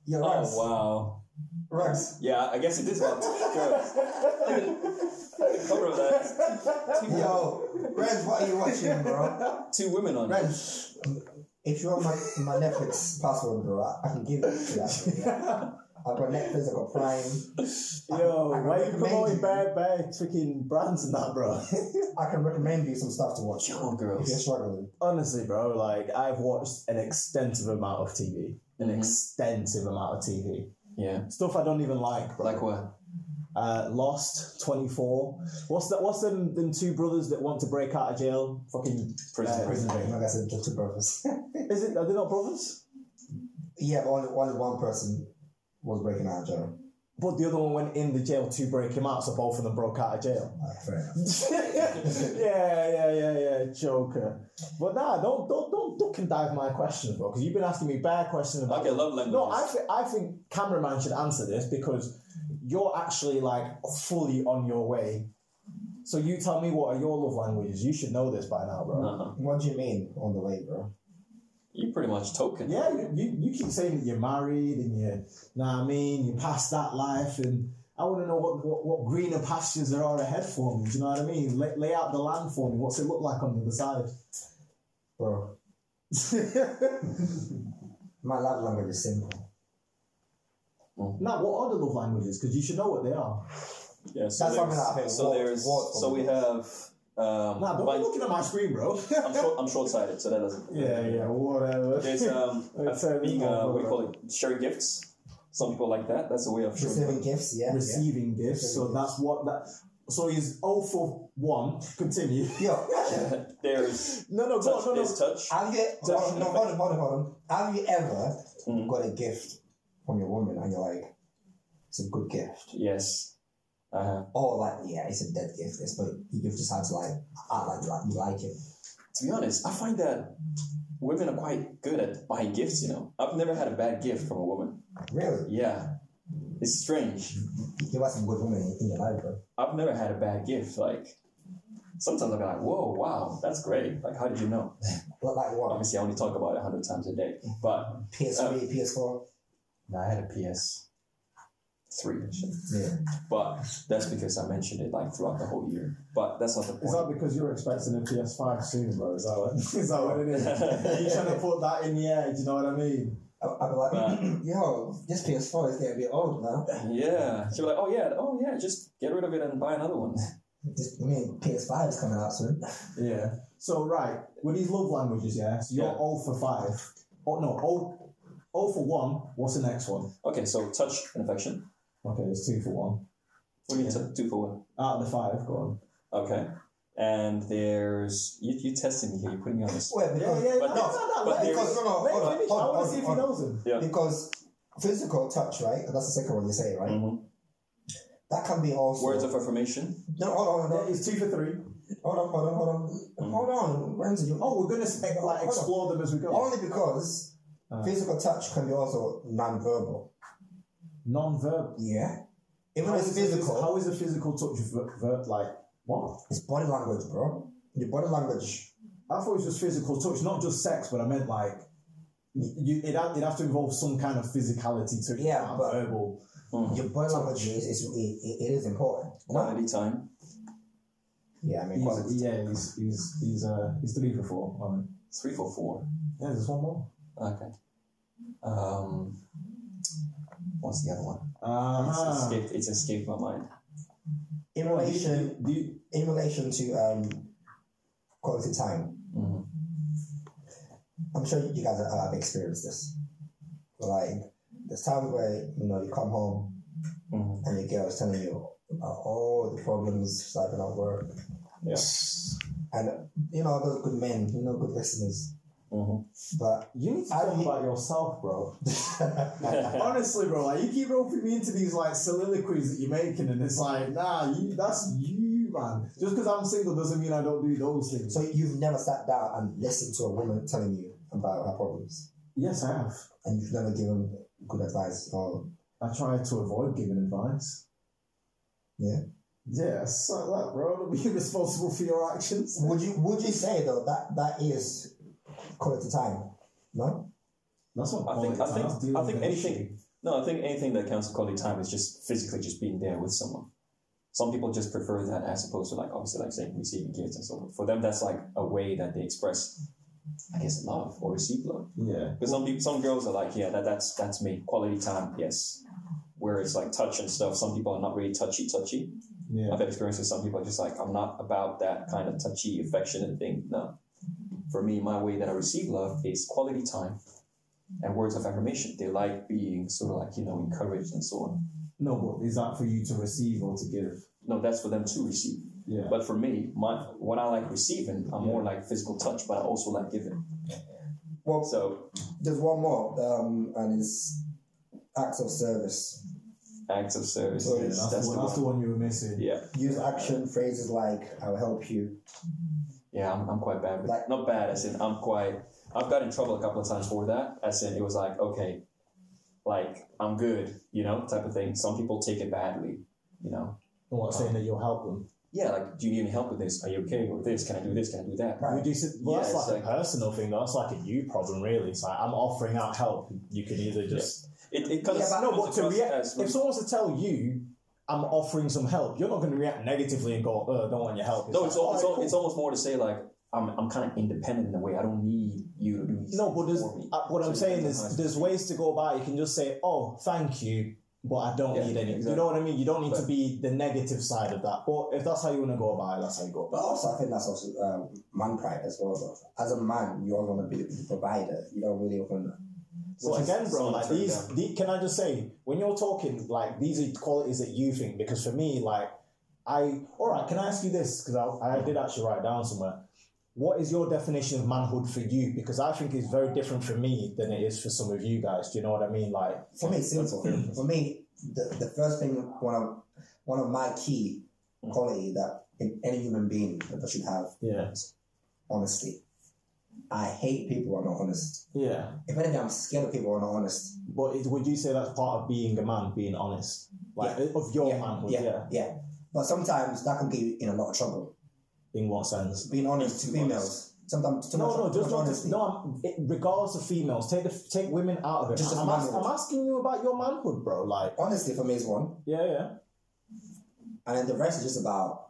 [SPEAKER 8] Yo, Rags.
[SPEAKER 4] Oh, wow.
[SPEAKER 8] Rags.
[SPEAKER 4] Yeah, I guess it is about girls. the cover of that. Two,
[SPEAKER 8] Yo, Rags, what are you watching, bro?
[SPEAKER 4] two women on it.
[SPEAKER 8] Rags, if you want my, my Netflix password, bro, I, I can give it to you. actually, yeah. I've got Netflix, I've got Prime. I can-
[SPEAKER 7] Yo,
[SPEAKER 8] I can
[SPEAKER 7] why you
[SPEAKER 8] recommend
[SPEAKER 7] promoting
[SPEAKER 8] you-
[SPEAKER 7] bare, bare freaking brands and that, bro?
[SPEAKER 8] I can recommend you some stuff to watch.
[SPEAKER 4] Gilmore Girls.
[SPEAKER 8] If you're struggling.
[SPEAKER 7] Honestly, bro, like, I've watched an extensive amount of TV. An extensive amount of TV.
[SPEAKER 4] Yeah.
[SPEAKER 7] Stuff I don't even like, bro.
[SPEAKER 4] Like what?
[SPEAKER 7] Uh, Lost, 24. What's that? What's them, them two brothers that want to break out of jail? Fucking
[SPEAKER 4] Prison
[SPEAKER 7] uh,
[SPEAKER 4] break.
[SPEAKER 7] prison break.
[SPEAKER 8] Like I said, just two brothers.
[SPEAKER 7] Is it? Are they not brothers?
[SPEAKER 8] yeah, but only, only one person was breaking out of jail.
[SPEAKER 7] But the other one went in the jail to break him out, so both of them broke out of jail.
[SPEAKER 8] Like, fair enough.
[SPEAKER 7] yeah, yeah, yeah, yeah, Joker. But nah, don't don't don't duck and dive my questions, bro, because you've been asking me bad questions about.
[SPEAKER 4] Okay, love languages.
[SPEAKER 7] No, I think I think cameraman should answer this because you're actually like fully on your way. So you tell me what are your love languages? You should know this by now, bro.
[SPEAKER 4] Uh-huh.
[SPEAKER 8] What do you mean on the way, bro?
[SPEAKER 4] You pretty much token.
[SPEAKER 7] Yeah, you, you, you keep saying that you're married and you, know what I mean, you passed that life, and I want to know what, what, what greener pastures there are ahead for me. Do you know what I mean? Lay, lay out the land for me. What's it look like on the other side?
[SPEAKER 8] Bro, my love language is simple.
[SPEAKER 7] now, what are the love languages? Because you should know what they are.
[SPEAKER 4] Yeah, so
[SPEAKER 8] That's
[SPEAKER 4] there's-
[SPEAKER 8] something that I think
[SPEAKER 4] So
[SPEAKER 8] what-
[SPEAKER 4] there's.
[SPEAKER 8] what-
[SPEAKER 4] so we have. Um,
[SPEAKER 7] Nah, don't be
[SPEAKER 4] bind-
[SPEAKER 7] looking at my screen, bro.
[SPEAKER 4] I'm, short, I'm short-sighted, so that doesn't.
[SPEAKER 7] yeah, yeah, whatever.
[SPEAKER 4] There's um,
[SPEAKER 7] It's a-
[SPEAKER 4] being uh, what do you call it? Share gifts. Some people like that. That's a way of showing.
[SPEAKER 8] Receiving gifts, yeah. yeah.
[SPEAKER 7] Receiving gifts. So that's what that. So he's 0 for 1. Continue.
[SPEAKER 8] Yo, actually,
[SPEAKER 4] There's
[SPEAKER 7] No, no, go on,
[SPEAKER 4] touch.
[SPEAKER 7] no, no.
[SPEAKER 4] There's touch.
[SPEAKER 8] have you, hold on, no, hold on, hold on, hold on. Have you ever got a gift from your woman and you're like, it's a good gift?
[SPEAKER 4] Yes. Uh huh.
[SPEAKER 8] Or like, yeah, it's a dead gift, it's, but you've decided to like, I like, like, you like it.
[SPEAKER 4] to be honest, I find that women are quite good at buying gifts, you know. I've never had a bad gift from a woman.
[SPEAKER 8] Really?
[SPEAKER 4] Yeah. It's strange.
[SPEAKER 8] You have some good women in, in your life, bro.
[SPEAKER 4] I've never had a bad gift. Like, sometimes I'll be like, whoa, wow, that's great. Like, how did you know?
[SPEAKER 8] Like, like what?
[SPEAKER 4] Obviously, I only talk about it 100 times a day. But
[SPEAKER 8] PS3, PS4?
[SPEAKER 4] no, I had a PS3 and shit.
[SPEAKER 8] Yeah.
[SPEAKER 4] But that's because I mentioned it like throughout the whole year. But that's not the
[SPEAKER 7] Is
[SPEAKER 4] point.
[SPEAKER 7] that because you're expecting a PS5 soon, bro? Is that what, is that what it is? Are you trying to put that in the air? Do you know what I mean?
[SPEAKER 8] I'd be like,
[SPEAKER 4] But-
[SPEAKER 8] yo, this PS4 is getting a bit old now.
[SPEAKER 4] Yeah. She'll be like, oh, yeah, oh, yeah, just get rid of it and buy another one.
[SPEAKER 8] This, I mean, PS5 is coming out soon.
[SPEAKER 7] Yeah. So, right, with these love languages, yeah, so you're
[SPEAKER 4] Yeah.
[SPEAKER 7] 0 for 5. Oh, no, 0, 0 for 1. What's the next one?
[SPEAKER 4] Okay, so touch and affection.
[SPEAKER 7] Okay, it's 2 for
[SPEAKER 4] What do you mean, t- two for one?
[SPEAKER 7] 1. Out of the 5, go on.
[SPEAKER 4] Okay. And there's you. You testing me here. You're putting me on the spot.
[SPEAKER 8] Wait, because,
[SPEAKER 7] yeah,
[SPEAKER 4] but
[SPEAKER 7] no,
[SPEAKER 4] there-
[SPEAKER 7] no, no,
[SPEAKER 4] but
[SPEAKER 7] let
[SPEAKER 4] there
[SPEAKER 7] him
[SPEAKER 8] because,
[SPEAKER 7] finish.
[SPEAKER 8] no, no,
[SPEAKER 7] Let
[SPEAKER 8] hold
[SPEAKER 7] him
[SPEAKER 8] on,
[SPEAKER 7] finish. I
[SPEAKER 8] hold
[SPEAKER 7] want
[SPEAKER 8] on,
[SPEAKER 7] to see if he
[SPEAKER 8] hold on.
[SPEAKER 7] knows him.
[SPEAKER 4] Yeah.
[SPEAKER 8] because physical touch, right? That's the second one you say, right?
[SPEAKER 4] Mhm.
[SPEAKER 8] That can be also.
[SPEAKER 4] Words of affirmation.
[SPEAKER 8] no, hold on, hold
[SPEAKER 7] Yeah,
[SPEAKER 8] on,
[SPEAKER 7] it's 2 for 3.
[SPEAKER 8] hold on, hold on, hold on. Hold on, Renzo, you.
[SPEAKER 7] Oh, we're going to
[SPEAKER 8] Hold
[SPEAKER 7] like,
[SPEAKER 8] on.
[SPEAKER 7] explore them as we go.
[SPEAKER 8] Only because physical touch can be also non-verbal.
[SPEAKER 7] Non verbal.
[SPEAKER 8] Yeah. Even
[SPEAKER 7] How
[SPEAKER 8] though
[SPEAKER 7] is,
[SPEAKER 8] it's
[SPEAKER 7] a phys-
[SPEAKER 8] physical.
[SPEAKER 7] how is a physical touch ver- ver- like
[SPEAKER 10] What?
[SPEAKER 8] It's body language, bro. Your body language.
[SPEAKER 7] I thought it was just physical touch, not just sex, but I meant like you, it would have to involve some kind of physicality to it.
[SPEAKER 8] Yeah,
[SPEAKER 7] not
[SPEAKER 8] but-
[SPEAKER 7] verbal.
[SPEAKER 4] Hmm.
[SPEAKER 8] Your body language is, is it, it, it is important. No?
[SPEAKER 10] Quality time.
[SPEAKER 8] Yeah, I mean,
[SPEAKER 7] He's,
[SPEAKER 8] quality.
[SPEAKER 7] yeah, he's he's he's uh he's three for four. I mean,
[SPEAKER 10] Three for four.
[SPEAKER 7] yeah, there's one more.
[SPEAKER 10] Okay. Um, what's the other one? It's
[SPEAKER 7] Uh-huh.
[SPEAKER 10] escaped. It's escaped my mind.
[SPEAKER 8] In relation, in relation to um, quality time,
[SPEAKER 4] Mm-hmm,
[SPEAKER 10] Mhm.
[SPEAKER 8] I'm sure you guys have experienced this. Like, there's times where you know you come home
[SPEAKER 4] mm-hmm.
[SPEAKER 10] Mhm.
[SPEAKER 8] and your girl is telling you about all the problems she's having at work,
[SPEAKER 10] Yeah.
[SPEAKER 8] and uh, you know those good men, you know, good listeners.
[SPEAKER 4] Mm-hmm.
[SPEAKER 10] Mhm.
[SPEAKER 8] But
[SPEAKER 7] You need to
[SPEAKER 8] I
[SPEAKER 7] talk
[SPEAKER 8] mean-
[SPEAKER 7] about yourself, bro.
[SPEAKER 8] yeah,
[SPEAKER 7] Honestly, bro, like you keep roping me into these like soliloquies that you're making, and it's like, nah, you, that's you, man. Just because I'm single doesn't mean I don't do those things.
[SPEAKER 8] so you've never sat down and listened to a woman telling you about her problems,
[SPEAKER 7] yes, I have.
[SPEAKER 8] and you've never given good advice or
[SPEAKER 7] I try to avoid giving advice.
[SPEAKER 8] Yeah.
[SPEAKER 7] Yeah, so that, bro. Don't be responsible for your actions.
[SPEAKER 8] Would you would you say though that that is quality time? No,
[SPEAKER 7] That's not.
[SPEAKER 4] I think-
[SPEAKER 7] quality
[SPEAKER 4] I think-
[SPEAKER 7] time, that's dealing
[SPEAKER 4] I think
[SPEAKER 7] with an
[SPEAKER 4] anything-
[SPEAKER 7] issue.
[SPEAKER 4] No, I think anything that counts as quality time is just physically just being there with someone. Some people just prefer that as opposed to like obviously like saying receiving gifts and so forth. For them, that's like a way that they express, I guess, love or receive love.
[SPEAKER 7] Yeah.
[SPEAKER 4] Because some people, some girls are like, yeah, that, that's that's me. Quality time, yes. Whereas like touch and stuff, some people are not really touchy touchy.
[SPEAKER 7] Yeah.
[SPEAKER 4] I've had experience with some people are just like, I'm not about that kind of touchy, affectionate thing. No. For me, my way that I receive love is quality time and words of affirmation. They like being sort of like, you know, encouraged and so on.
[SPEAKER 7] No, but is that for you to receive or to give?
[SPEAKER 4] No, that's for them to receive.
[SPEAKER 7] Yeah.
[SPEAKER 4] But for me, my what I like receiving, I'm more like physical touch, but I also like giving.
[SPEAKER 8] Well-
[SPEAKER 4] so
[SPEAKER 8] there's one more, um, and it's acts of service.
[SPEAKER 4] acts of service.
[SPEAKER 8] Oh, yeah,
[SPEAKER 4] is-
[SPEAKER 7] that's,
[SPEAKER 4] that's
[SPEAKER 7] the,
[SPEAKER 4] the
[SPEAKER 7] one, that's
[SPEAKER 4] one.
[SPEAKER 7] the one you were missing.
[SPEAKER 4] Yeah.
[SPEAKER 8] Use action phrases like "I'll help you."
[SPEAKER 4] Yeah, I'm, I'm quite bad with
[SPEAKER 8] Like-
[SPEAKER 4] Not bad, as in I'm quite. I've got in trouble a couple of times for that. As in it was like, okay, like I'm good, you know, type of thing. Some people take it badly, you know.
[SPEAKER 7] And what saying that you'll help them?
[SPEAKER 4] Yeah, like, do you need any help with this? Are you okay with this? Can I do this? Can I do that?
[SPEAKER 8] Right.
[SPEAKER 7] Would you say- well,
[SPEAKER 4] Yeah,
[SPEAKER 7] that's
[SPEAKER 4] it's
[SPEAKER 7] like, a
[SPEAKER 4] like-
[SPEAKER 7] personal thing. though. That's like a you problem, really. It's like I'm offering out help. You could either just
[SPEAKER 4] It, it kind
[SPEAKER 8] Yeah,
[SPEAKER 4] of
[SPEAKER 8] but
[SPEAKER 7] no, but to
[SPEAKER 4] comes
[SPEAKER 7] react,
[SPEAKER 4] across as-
[SPEAKER 7] if someone was to tell you. I'm offering some help. You're not going to react negatively and go, "Oh, I don't want your help."
[SPEAKER 4] no, it's,
[SPEAKER 7] like,
[SPEAKER 4] al-
[SPEAKER 7] "Alright,
[SPEAKER 4] it's, al-
[SPEAKER 7] cool."
[SPEAKER 4] it's almost more to say like I'm, I'm kind of independent in a way. I don't need you to do these
[SPEAKER 7] No, but
[SPEAKER 4] things
[SPEAKER 7] there's,
[SPEAKER 4] for me.
[SPEAKER 7] uh, what I'm
[SPEAKER 4] So it
[SPEAKER 7] saying
[SPEAKER 4] depends on how
[SPEAKER 7] is
[SPEAKER 4] it's-
[SPEAKER 7] there's ways to go about. it. You can just say, "Oh, thank you," but I don't
[SPEAKER 4] Yeah,
[SPEAKER 7] need any. You
[SPEAKER 4] exactly.
[SPEAKER 7] know what I mean? You don't need to
[SPEAKER 4] But-
[SPEAKER 7] be the negative side of that. But if that's how you want to go about it, that's how you go
[SPEAKER 8] But
[SPEAKER 7] about.
[SPEAKER 8] also, I think that's also um, man pride as well. Though. As a man, you always want to be the provider. You don't really want.
[SPEAKER 7] it. Which
[SPEAKER 4] Well,
[SPEAKER 7] again, bro,
[SPEAKER 4] someone
[SPEAKER 7] like
[SPEAKER 4] turned
[SPEAKER 7] these,
[SPEAKER 4] down.
[SPEAKER 7] the- can I just say when you're talking, like these are qualities that you think. Because for me, like I, all right, can I ask you this? Because I, I did actually write it down somewhere. What is your definition of manhood for you? Because I think it's very different for me than it is for some of you guys. Do you know what I mean? Like,
[SPEAKER 8] For me, it's simple. For me, the, the first thing one of one of my key quality that in any human being that should have
[SPEAKER 7] yeah,
[SPEAKER 8] honesty. I hate people who are not honest.
[SPEAKER 7] yeah.
[SPEAKER 8] If anything, I'm scared of people who are not honest.
[SPEAKER 7] But it, would you say that's part of being a man, being honest, like of your manhood? Yeah.
[SPEAKER 8] yeah, yeah. But sometimes that can get you in a lot of trouble.
[SPEAKER 7] In what sense?
[SPEAKER 8] Being honest to females, sometimes too much,
[SPEAKER 7] No, no,
[SPEAKER 8] too
[SPEAKER 7] just
[SPEAKER 8] much
[SPEAKER 7] not.
[SPEAKER 8] honesty.
[SPEAKER 7] no, I'm, it, regardless of females, take the, take women out of it.
[SPEAKER 8] Just as
[SPEAKER 7] I'm, ask-
[SPEAKER 8] manhood.
[SPEAKER 7] I'm asking you about your manhood, bro. Like,
[SPEAKER 8] Honesty for me is one,
[SPEAKER 7] yeah, yeah.
[SPEAKER 8] and then the rest is just about.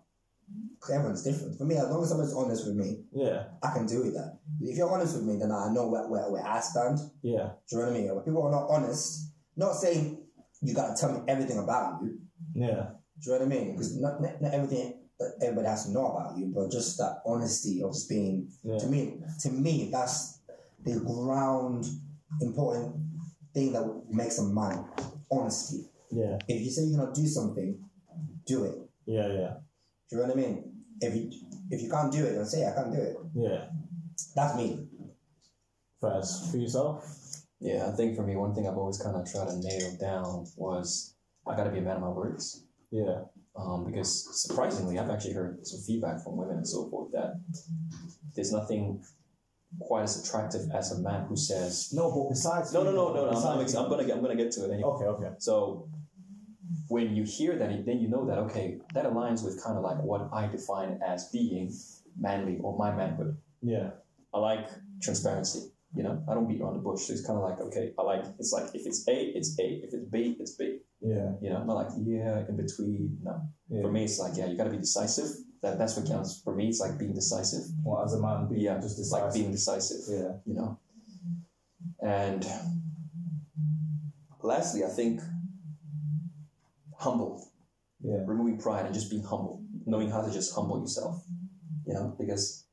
[SPEAKER 8] 'cause Everyone's different. For me, as long as someone's honest with me,
[SPEAKER 7] Yeah,
[SPEAKER 8] I can deal with that. If you're honest with me, then I know where, where, where I stand.
[SPEAKER 7] yeah,
[SPEAKER 8] Do you know what I mean? When people are not honest, not saying you gotta tell me everything about you.
[SPEAKER 7] yeah,
[SPEAKER 8] Do you know what I mean? Because not, not, not everything that everybody has to know about you, but just that honesty of just being
[SPEAKER 7] yeah.
[SPEAKER 8] to me to me that's the ground important thing that makes a man honesty
[SPEAKER 7] yeah,
[SPEAKER 8] if you say you're gonna do something do it
[SPEAKER 7] yeah, yeah,
[SPEAKER 8] do you know what i mean if you if you can't do it then say i can't do it
[SPEAKER 7] yeah.
[SPEAKER 8] that's me
[SPEAKER 7] First for yourself.
[SPEAKER 4] Yeah, I think for me, one thing I've always kind of tried to nail down was I got to be a man of my words.
[SPEAKER 7] Yeah,
[SPEAKER 4] um, because surprisingly, I've actually heard some feedback from women and so forth that there's nothing quite as attractive as a man who says,
[SPEAKER 7] no, but besides
[SPEAKER 4] "No, no, no, no, no." I'm,
[SPEAKER 7] besides-
[SPEAKER 4] I'm, I'm gonna get, I'm gonna get to it anyway.
[SPEAKER 7] okay, okay,
[SPEAKER 4] So,
[SPEAKER 11] when you hear that, then you know that okay, that aligns with kind of like what I define as being manly or my manhood.
[SPEAKER 7] Yeah.
[SPEAKER 11] I like transparency. You know, I don't beat around the bush. So it's kind of like okay, I like it's like if it's A, it's A. If it's B, it's B.
[SPEAKER 7] Yeah.
[SPEAKER 11] You know, I'm not like yeah, in between. No,
[SPEAKER 7] yeah.
[SPEAKER 11] for me it's like yeah, you gotta be decisive. That that's what counts. For me, it's like being decisive.
[SPEAKER 7] Well, as a man, be
[SPEAKER 11] Yeah,
[SPEAKER 7] just
[SPEAKER 11] It's like
[SPEAKER 7] decisive.
[SPEAKER 11] being decisive
[SPEAKER 7] yeah.
[SPEAKER 11] you know. And lastly, I think humble,
[SPEAKER 7] Yeah.
[SPEAKER 11] removing pride and just being humble, knowing how to just humble yourself, you know, because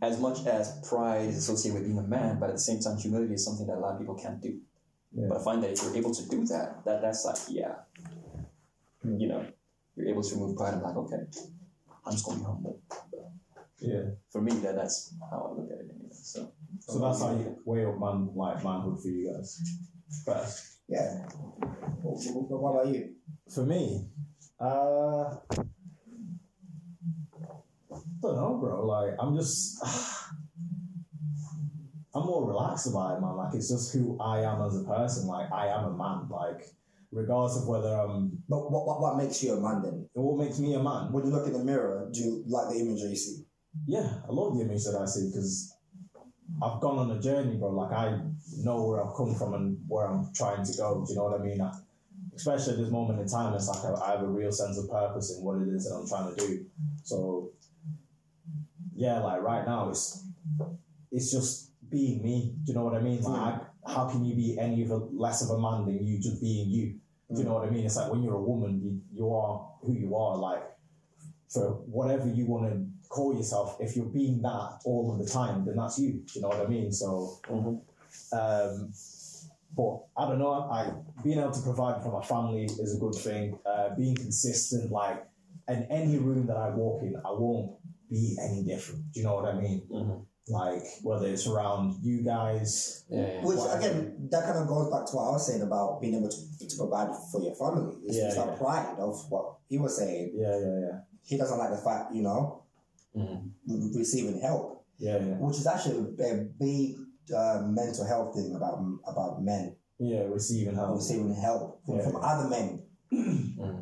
[SPEAKER 11] as much as pride is associated with being a man, but at the same time, humility is something that a lot of people can't do.
[SPEAKER 7] Yeah.
[SPEAKER 11] But I find that if you're able to do that, that that's like, yeah,
[SPEAKER 7] Hmm.
[SPEAKER 11] you know, you're able to remove pride. I'm like, okay, I'm just gonna be humble.
[SPEAKER 7] Yeah.
[SPEAKER 11] For me, that that's how I look at it. Anyway, so
[SPEAKER 7] So that's how you weigh up man like manhood for you guys. But
[SPEAKER 8] Yeah. Well, well, well, what about you?
[SPEAKER 7] for me, uh, don't know, bro. Like I'm just, I'm more relaxed about it, man. Like it's just who I am as a person. Like I am a man. Like regardless of whether I'm,
[SPEAKER 8] But what, what, what makes you a man then?
[SPEAKER 7] what makes me a man.
[SPEAKER 8] When you look in the mirror, do you like the image that you see?
[SPEAKER 7] yeah, I love the image that I see because I've gone on a journey, bro. Like I know where I've come from and where I'm trying to go. Do you know what I mean? I, especially at this moment in time, it's like I, I have a real sense of purpose in what it is that I'm trying to do. So yeah, like right now, it's it's just being me. Do you know what I mean? Like, I- how can you be any of a, less of a man than you just being you? Do you know what I mean? It's like when you're a woman, you, you are who you are. Like for whatever you want to call yourself, if you're being that all of the time, then that's you. Do you know what I mean? So, um, but I don't know. I being able to provide for my family is a good thing. Uh, being consistent, like in any room that I walk in, I won't be any different. Do you know what I mean?
[SPEAKER 11] Mhm.
[SPEAKER 7] Like whether it's around you guys,
[SPEAKER 11] yeah, yeah.
[SPEAKER 8] Which
[SPEAKER 7] Why?
[SPEAKER 8] again, that kind of goes back to what I was saying about being able to, to provide for your family. It's,
[SPEAKER 7] Yeah,
[SPEAKER 8] it's that
[SPEAKER 7] yeah.
[SPEAKER 8] pride of what he was saying.
[SPEAKER 7] yeah, yeah, yeah,
[SPEAKER 8] He doesn't like the fact, you know,
[SPEAKER 11] Mhm.
[SPEAKER 8] re- receiving help.
[SPEAKER 7] yeah, yeah.
[SPEAKER 8] which is actually a big uh, mental health thing about about men uh,
[SPEAKER 7] Yeah, receiving help.
[SPEAKER 8] receiving help from,
[SPEAKER 7] Yeah.
[SPEAKER 8] from other men.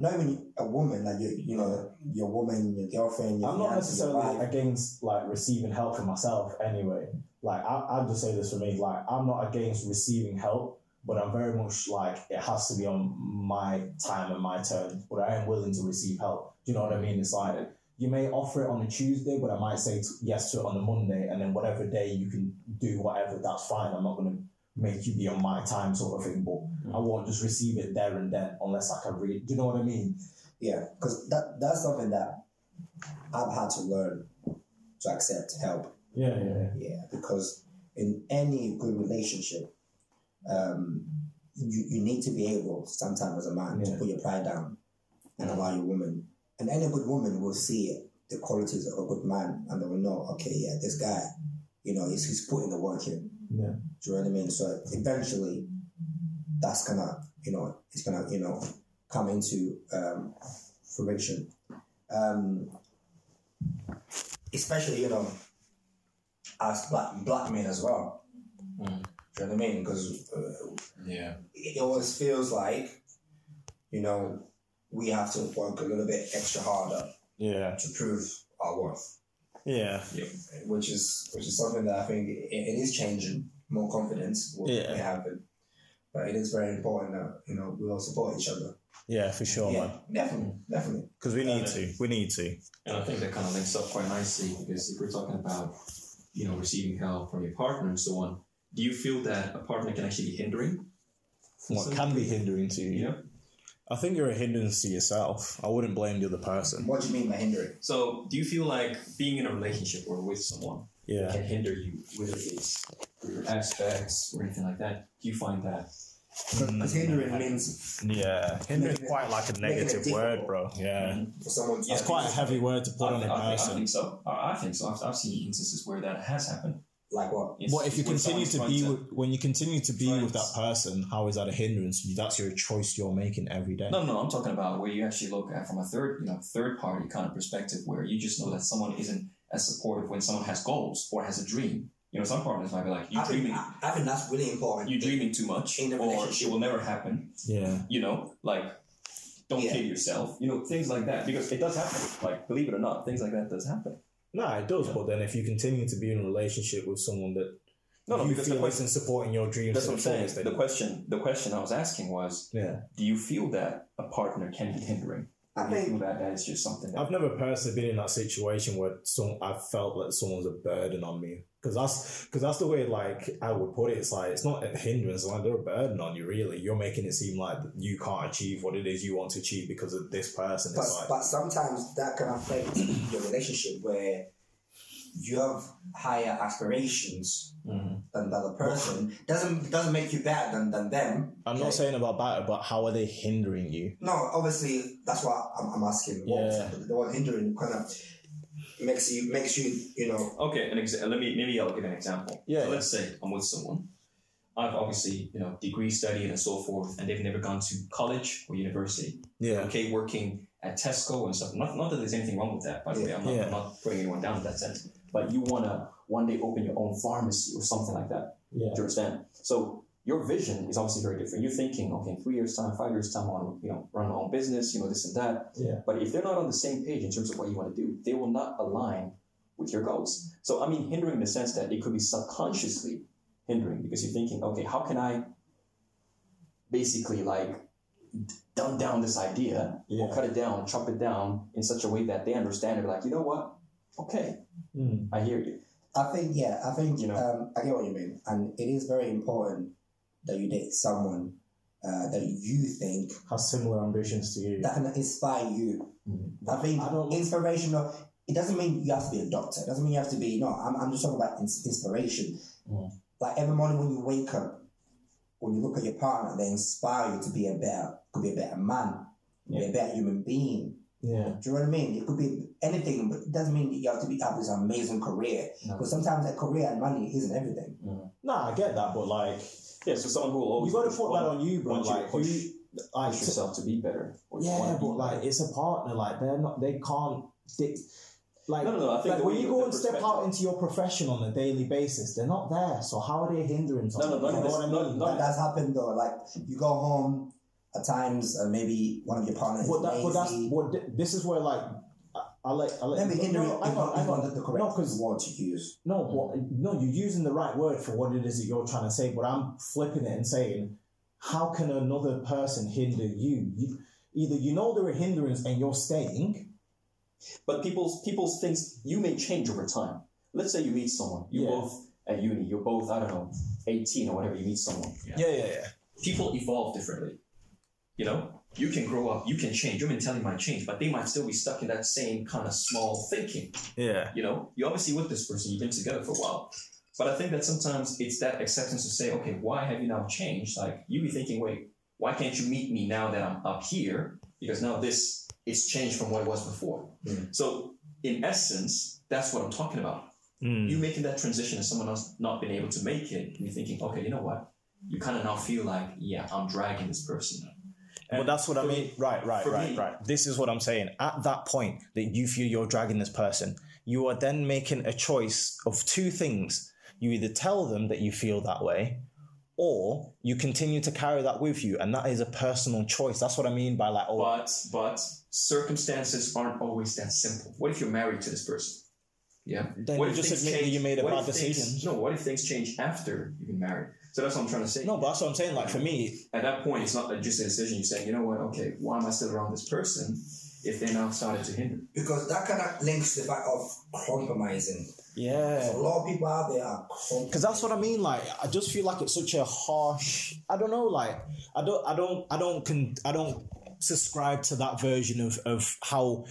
[SPEAKER 8] Not even a woman, like you, you know, your woman, your girlfriend. Your
[SPEAKER 7] I'm not
[SPEAKER 8] fiance, your
[SPEAKER 7] necessarily
[SPEAKER 8] wife.
[SPEAKER 7] against like receiving help from myself anyway. Like I, I just say this for me, like I'm not against receiving help, but I'm very much like it has to be on my time and my turn. But I am willing to receive help. Do you know what I mean? It's like you may offer it on a Tuesday, but I might say t- yes to it on a Monday, and then whatever day you can do whatever, that's fine. I'm not gonna make you be on my time sort of thing, but I won't just receive it there and then unless I can read. Do you know what I mean?
[SPEAKER 8] Yeah, because that that's something that I've had to learn to accept help.
[SPEAKER 7] Yeah, yeah, yeah.
[SPEAKER 8] Yeah, because in any good relationship, um, you, you need to be able sometimes as a man to
[SPEAKER 7] Yeah.
[SPEAKER 8] put your pride down and allow your woman. And any good woman will see the qualities of a good man and they will know, okay, yeah, this guy, you know, he's, he's putting the work in.
[SPEAKER 7] Yeah.
[SPEAKER 8] Do you know what I mean? So eventually, that's gonna, you know, it's gonna, you know, come into um, fruition. Um, especially, you know, as black black men as well. Do you know what I mean? Because uh,
[SPEAKER 4] Yeah.
[SPEAKER 8] it always feels like, you know, we have to work a little bit extra harder
[SPEAKER 7] Yeah.
[SPEAKER 8] to prove our worth,
[SPEAKER 7] Yeah.
[SPEAKER 8] which is which is something that I think it, it is changing. More confidence will
[SPEAKER 7] Yeah.
[SPEAKER 8] may happen, but it is very important that you know we all support each other.
[SPEAKER 7] Yeah, for sure,
[SPEAKER 8] yeah, definitely, definitely.
[SPEAKER 7] Because we
[SPEAKER 1] Uh,
[SPEAKER 4] need
[SPEAKER 7] to. We need to.
[SPEAKER 4] And I think that kind of links up quite nicely because if we're talking about, you know, receiving help from your partner and so on, do you feel that a partner can actually be hindering?
[SPEAKER 1] What can be hindering to you?
[SPEAKER 4] Yeah.
[SPEAKER 1] I think you're a hindrance to yourself. I wouldn't blame the other person.
[SPEAKER 8] What do you mean by hindering?
[SPEAKER 4] So do you feel like being in a relationship or with someone
[SPEAKER 1] Yeah.
[SPEAKER 4] can hinder you, whether it's your aspects or anything like that? Do you find that?
[SPEAKER 7] Mm.
[SPEAKER 8] Because hindering means
[SPEAKER 1] Mm, Yeah. Hinder is quite like a
[SPEAKER 8] it
[SPEAKER 1] negative
[SPEAKER 8] difficult.
[SPEAKER 1] word, bro. Yeah.
[SPEAKER 8] for someone. To
[SPEAKER 1] It's quite a heavy word to put
[SPEAKER 4] I,
[SPEAKER 1] on a
[SPEAKER 4] think- I think- I
[SPEAKER 1] person.
[SPEAKER 4] think so. I I think so. I've, I've seen instances where that has happened.
[SPEAKER 8] like what?
[SPEAKER 4] It's-
[SPEAKER 1] What if you
[SPEAKER 4] when
[SPEAKER 1] continue
[SPEAKER 4] someone's
[SPEAKER 1] to
[SPEAKER 4] trying
[SPEAKER 1] be with, when you continue to be with
[SPEAKER 4] Friends.
[SPEAKER 1] that person? How is that a hindrance? That's your choice you're making every day.
[SPEAKER 4] No, no, I'm talking about where you actually look at from a third, you know, third party kind of perspective, where you just know that someone isn't as supportive when someone has goals or has a dream. You know, some partners might be like, "You
[SPEAKER 8] I think,
[SPEAKER 4] dreaming,
[SPEAKER 8] I, I think that's really important.
[SPEAKER 4] you dreaming too much,
[SPEAKER 8] In a
[SPEAKER 4] or it
[SPEAKER 8] relationship.
[SPEAKER 4] will never happen."
[SPEAKER 1] Yeah.
[SPEAKER 4] You know, like Don't
[SPEAKER 8] Yeah.
[SPEAKER 4] kill yourself. You know, things like that. Because it does happen. Like, believe it or not, things like that does happen.
[SPEAKER 7] No, it does. But then, if you continue to be in a relationship with someone that
[SPEAKER 4] No, no,
[SPEAKER 7] you
[SPEAKER 4] because the
[SPEAKER 7] feel
[SPEAKER 4] question,
[SPEAKER 7] isn't supporting your dreams,
[SPEAKER 4] that's
[SPEAKER 7] to
[SPEAKER 4] what
[SPEAKER 7] the
[SPEAKER 4] I'm saying.
[SPEAKER 7] fullest,
[SPEAKER 4] The
[SPEAKER 7] then-
[SPEAKER 4] question, the question I was asking was,
[SPEAKER 7] yeah,
[SPEAKER 4] do you feel that a partner can be hindering?
[SPEAKER 8] I
[SPEAKER 4] Do you feel
[SPEAKER 8] mean,
[SPEAKER 4] that that is just something that
[SPEAKER 7] I've never personally been in that situation where some I felt that someone's a burden on me because that's because that's the way like I would put it. It's like it's not a hindrance, like they're a burden on you. Really, you're making it seem like you can't achieve what it is you want to achieve because of this person.
[SPEAKER 8] but,
[SPEAKER 7] It's like
[SPEAKER 8] but sometimes that can affect your relationship where you have higher aspirations
[SPEAKER 7] Mm-hmm.
[SPEAKER 8] than the other person. doesn't doesn't make you better than, than them.
[SPEAKER 7] I'm
[SPEAKER 8] okay?
[SPEAKER 7] not saying about battle, but how are they hindering you?
[SPEAKER 8] No, obviously that's why I'm, I'm asking. What
[SPEAKER 7] Yeah.
[SPEAKER 8] the one hindering kind of makes you makes you you know
[SPEAKER 4] Okay, an exa- let me maybe I'll give an example.
[SPEAKER 7] Yeah,
[SPEAKER 4] So
[SPEAKER 7] yeah.
[SPEAKER 4] let's say I'm with someone. I've obviously, you know, degree studied and so forth, and they've never gone to college or university.
[SPEAKER 7] Yeah,
[SPEAKER 4] Okay, working at Tesco and stuff. Not, not that there's anything wrong with that, by the way. I'm not,
[SPEAKER 7] Yeah.
[SPEAKER 4] I'm not putting anyone down in that sense. But you want to one day open your own pharmacy or something like that.
[SPEAKER 12] Yeah.
[SPEAKER 4] Do you understand? So your vision is obviously very different. You're thinking, okay, in three years' time, five years' time, I want to, you know, run my own business, you know, this and that.
[SPEAKER 12] Yeah.
[SPEAKER 4] But if they're not on the same page in terms of what you want to do, they will not align with your goals. So I mean, hindering in the sense that it could be subconsciously hindering because you're thinking, okay, how can I basically like dumb down this idea or
[SPEAKER 12] Yeah.
[SPEAKER 4] cut it down, chop it down in such a way that they understand it? Like, you know what? Okay,
[SPEAKER 7] Hmm.
[SPEAKER 12] Mm.
[SPEAKER 4] I hear you.
[SPEAKER 8] I think yeah, I think
[SPEAKER 4] You know.
[SPEAKER 8] um, I get what you mean, and it is very important that you date someone uh, that you think
[SPEAKER 12] Has similar ambitions to you.
[SPEAKER 8] that can inspire you.
[SPEAKER 4] Mhm.
[SPEAKER 8] I think
[SPEAKER 12] I don't-
[SPEAKER 8] inspirational. It doesn't mean you have to be a doctor. It doesn't mean you have to be. No, I'm, I'm just talking about ins- inspiration.
[SPEAKER 4] Mhm.
[SPEAKER 8] Like every morning when you wake up, when you look at your partner, they inspire you to be a better, could be a better man, be a better human being.
[SPEAKER 12] Yeah.
[SPEAKER 8] Do you know what I mean? It could be anything, but it doesn't mean that you have to be have this amazing career.
[SPEAKER 4] No.
[SPEAKER 8] Because sometimes a career and money isn't everything.
[SPEAKER 7] nah, I get that, but like
[SPEAKER 4] Yeah, so someone who will always
[SPEAKER 7] you got to
[SPEAKER 4] push
[SPEAKER 7] put that on you, bro.
[SPEAKER 4] want you to
[SPEAKER 7] Like
[SPEAKER 4] push-
[SPEAKER 7] who, like
[SPEAKER 4] push yourself to be better. Or you
[SPEAKER 7] Yeah,
[SPEAKER 4] wanna be
[SPEAKER 7] but like it's a partner. Like they're not. They can't. They, like
[SPEAKER 4] No, no, no, I think
[SPEAKER 7] like,
[SPEAKER 4] the
[SPEAKER 7] when
[SPEAKER 4] way
[SPEAKER 7] you
[SPEAKER 4] you- the
[SPEAKER 7] go and step
[SPEAKER 4] perspective-
[SPEAKER 7] out into your profession on a daily basis, they're not there. So how are they hindering?
[SPEAKER 4] no,
[SPEAKER 7] something?
[SPEAKER 4] not
[SPEAKER 7] You know
[SPEAKER 4] this-
[SPEAKER 7] what I
[SPEAKER 4] not-
[SPEAKER 7] mean?
[SPEAKER 4] not-
[SPEAKER 8] That, that's happened though. Like you go home at times, uh, maybe one of your partners
[SPEAKER 7] But, that,
[SPEAKER 8] is
[SPEAKER 7] but that's
[SPEAKER 8] lazy.
[SPEAKER 7] what th- this is where like I, I like I like
[SPEAKER 8] Let me
[SPEAKER 7] no,
[SPEAKER 8] hinder
[SPEAKER 7] no,
[SPEAKER 8] it.
[SPEAKER 7] hang
[SPEAKER 8] Is
[SPEAKER 7] on,
[SPEAKER 8] not-
[SPEAKER 7] hang
[SPEAKER 8] is not
[SPEAKER 7] on.
[SPEAKER 8] the
[SPEAKER 7] No,
[SPEAKER 8] correct
[SPEAKER 7] 'cause-
[SPEAKER 8] word to use.
[SPEAKER 7] No, what, no, you're using the right word for what it is that you're trying to say, but I'm flipping it and saying, how can another person hinder you? you either you know they're a hindrance and you're staying.
[SPEAKER 4] But people's people's things you may change over time. Let's say you meet someone, you
[SPEAKER 7] Yeah.
[SPEAKER 4] both at uni, you're both I don't know, eighteen or whatever. You meet someone.
[SPEAKER 7] yeah, yeah.
[SPEAKER 4] People evolve differently. You know, you can grow up, you can change. Your mentality might change, but they might still be stuck in that same kind of small thinking.
[SPEAKER 7] Yeah.
[SPEAKER 4] You know, you're obviously with this person, you've been together for a while. But I think that sometimes it's that acceptance to say, okay, why have you now changed? Like you be thinking, wait, why can't you meet me now that I'm up here? Because now this it's changed from what it was before.
[SPEAKER 7] Mm.
[SPEAKER 4] So in essence, that's what I'm talking about.
[SPEAKER 7] Mm.
[SPEAKER 4] You making that transition and someone else not being able to make it, and you're thinking, okay, you know what? You kind of now feel like, yeah, I'm dragging this person.
[SPEAKER 7] Well,
[SPEAKER 4] And
[SPEAKER 7] that's what I
[SPEAKER 4] for
[SPEAKER 7] mean.
[SPEAKER 4] me-
[SPEAKER 7] right, right,
[SPEAKER 4] for
[SPEAKER 7] right,
[SPEAKER 4] me-
[SPEAKER 7] right. This is what I'm saying. At that point that you feel you're dragging this person, you are then making a choice of two things. You either tell them that you feel that way, or you continue to carry that with you, and that is a personal choice. That's what I mean by like, oh,
[SPEAKER 4] But but circumstances aren't always that simple. What if you're married to this person? Yeah.
[SPEAKER 7] Then
[SPEAKER 4] what
[SPEAKER 7] you
[SPEAKER 4] if
[SPEAKER 7] just
[SPEAKER 4] things
[SPEAKER 7] admit that you made a
[SPEAKER 4] what
[SPEAKER 7] bad
[SPEAKER 4] if things-
[SPEAKER 7] decision.
[SPEAKER 4] no. What if things change after you've been married? So that's what I'm trying to say.
[SPEAKER 7] no. But that's what I'm saying. Like for me,
[SPEAKER 4] at that point, it's not just a decision. You're saying, you know what? Okay, why am I still around this person if they now started to hinder?
[SPEAKER 8] Because that kind of links to the fact of compromising.
[SPEAKER 7] yeah.
[SPEAKER 8] A lot of people out there are compromising.
[SPEAKER 7] Cause that's what I mean. Like, I just feel like it's such a harsh. I don't know. Like, I don't, I don't, I don't, con- I don't subscribe to that version of of how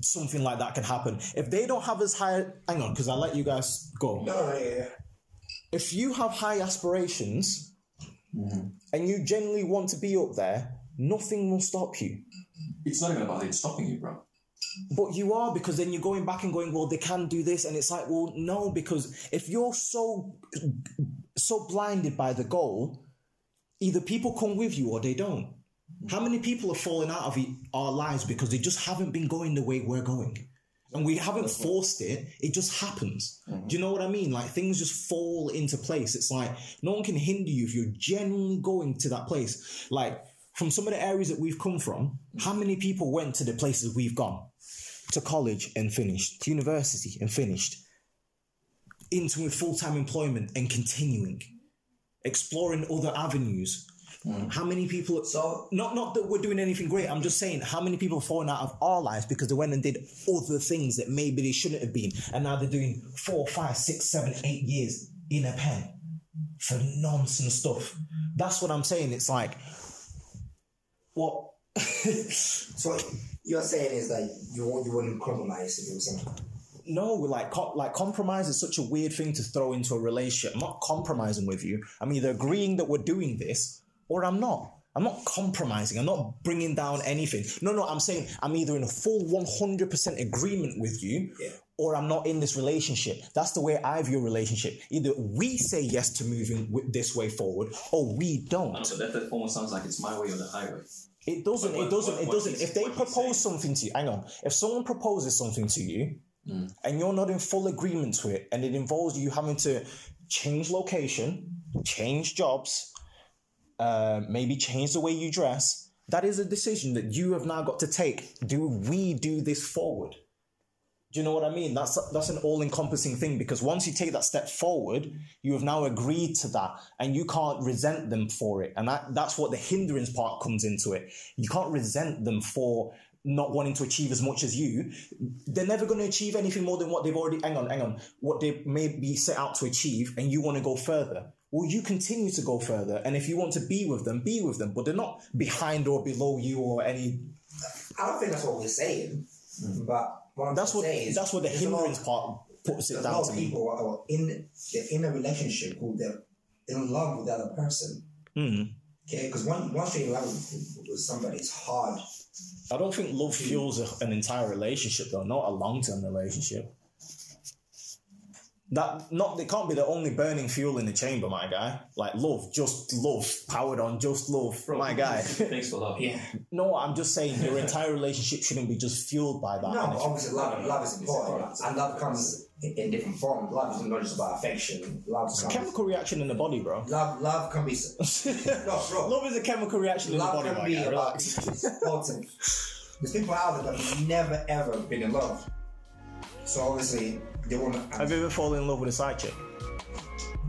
[SPEAKER 7] something like that can happen. If they don't have as high, hang on, because I let you guys go.
[SPEAKER 8] No, no, no, yeah, yeah.
[SPEAKER 7] If you have high aspirations and you genuinely want to be up there, nothing will stop you.
[SPEAKER 4] It's not even about it stopping you, bro.
[SPEAKER 7] But you are because then you're going back and going, well, they can do this, and it's like, well, no, because if you're so so blinded by the goal, either people come with you or they don't. How many people are falling out of e- our lives because they just haven't been going the way we're going? And we haven't forced it, it just happens. Do you know what I mean? Like things just fall into place. It's like no one can hinder you if you're genuinely going to that place. Like from some of the areas that we've come from, how many people went to the places we've gone? To college and finished, to university and finished, into full time employment and continuing, exploring other avenues. How many people?
[SPEAKER 8] So-
[SPEAKER 7] not not that we're doing anything great. I'm just saying how many people have fallen out of our lives because they went and did other things that maybe they shouldn't have been, and now they're doing four, five, six, seven, eight years in a pen for nonsense stuff. That's what I'm saying. It's like what
[SPEAKER 8] So what you're saying is that you won't- you wouldn't compromise if it was something.
[SPEAKER 7] no, like co- like compromise is such a weird thing to throw into a relationship. I'm not compromising with you. I'm either agreeing that we're doing this or I'm not. I'm not compromising. I'm not bringing down anything. No, no, I'm saying I'm either in a full 100% agreement with you
[SPEAKER 8] Yeah.
[SPEAKER 7] or I'm not in this relationship. That's the way I view a relationship. Either we say yes to moving wi- this way forward or we
[SPEAKER 4] I
[SPEAKER 7] don't.
[SPEAKER 4] know, but that, that almost sounds like it's my way or the highway.
[SPEAKER 7] It doesn't.
[SPEAKER 4] But what-
[SPEAKER 7] it doesn't.
[SPEAKER 4] what-
[SPEAKER 7] it
[SPEAKER 4] what
[SPEAKER 7] doesn't.
[SPEAKER 4] he's-
[SPEAKER 7] if they
[SPEAKER 4] what he's
[SPEAKER 7] propose
[SPEAKER 4] saying-
[SPEAKER 7] something to you, hang on. If someone proposes something to you,
[SPEAKER 4] Hmm.
[SPEAKER 7] and you're not in full agreement to it, and it involves you having to change location, change jobs, uh, maybe change the way you dress, that is a decision that you have now got to take. Do we do this forward? Do you know what I mean? That's that's an all-encompassing thing because once you take that step forward, you have now agreed to that, and you can't resent them for it. And that, that's what the hindrance part comes into it. You can't resent them for not wanting to achieve as much as you. They're never going to achieve anything more than what they've already. Hang on, hang on. What they may be set out to achieve, and you want to go further. Well, you continue to go further, and if you want to be with them, be with them. But they're not behind or below you or any.
[SPEAKER 8] I don't think that's what we're saying, but what I'm
[SPEAKER 7] Mm-hmm. That's what.
[SPEAKER 8] saying is
[SPEAKER 7] That's what the
[SPEAKER 8] there's a lot of-
[SPEAKER 7] hindrance part puts it
[SPEAKER 8] there's a lot
[SPEAKER 7] down
[SPEAKER 8] of
[SPEAKER 7] to me.
[SPEAKER 8] people who are in they're in a relationship who they're in love with the other person.
[SPEAKER 7] Hmm.
[SPEAKER 8] Okay, because once once you're in love with, with somebody, it's hard.
[SPEAKER 7] I don't think love
[SPEAKER 8] Hmm.
[SPEAKER 7] fuels a, an entire relationship though, not a long term relationship. That not it can't be the only burning fuel in the chamber, my guy. Like love, just love, powered on, just love, my guy.
[SPEAKER 4] Thanks for love.
[SPEAKER 8] Yeah.
[SPEAKER 7] no, I'm just saying your entire relationship shouldn't be just fueled by that.
[SPEAKER 8] No,
[SPEAKER 7] And
[SPEAKER 8] but
[SPEAKER 7] if-
[SPEAKER 8] obviously love, love is important,
[SPEAKER 4] important.
[SPEAKER 8] and love comes in, in different forms. Love is not just about affection. Love
[SPEAKER 7] it's a
[SPEAKER 8] comes.
[SPEAKER 7] chemical reaction in the body, bro.
[SPEAKER 8] Love, love can be. s- no, bro.
[SPEAKER 7] Love is a chemical reaction in the
[SPEAKER 8] love
[SPEAKER 7] body,
[SPEAKER 8] can
[SPEAKER 7] my
[SPEAKER 8] be
[SPEAKER 7] guy.
[SPEAKER 8] about
[SPEAKER 7] Relax.
[SPEAKER 8] important. There's people out there that have never ever been in love, so obviously they want to.
[SPEAKER 7] Have you ever fallen in love with a side chick?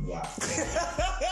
[SPEAKER 8] Wow. Uh,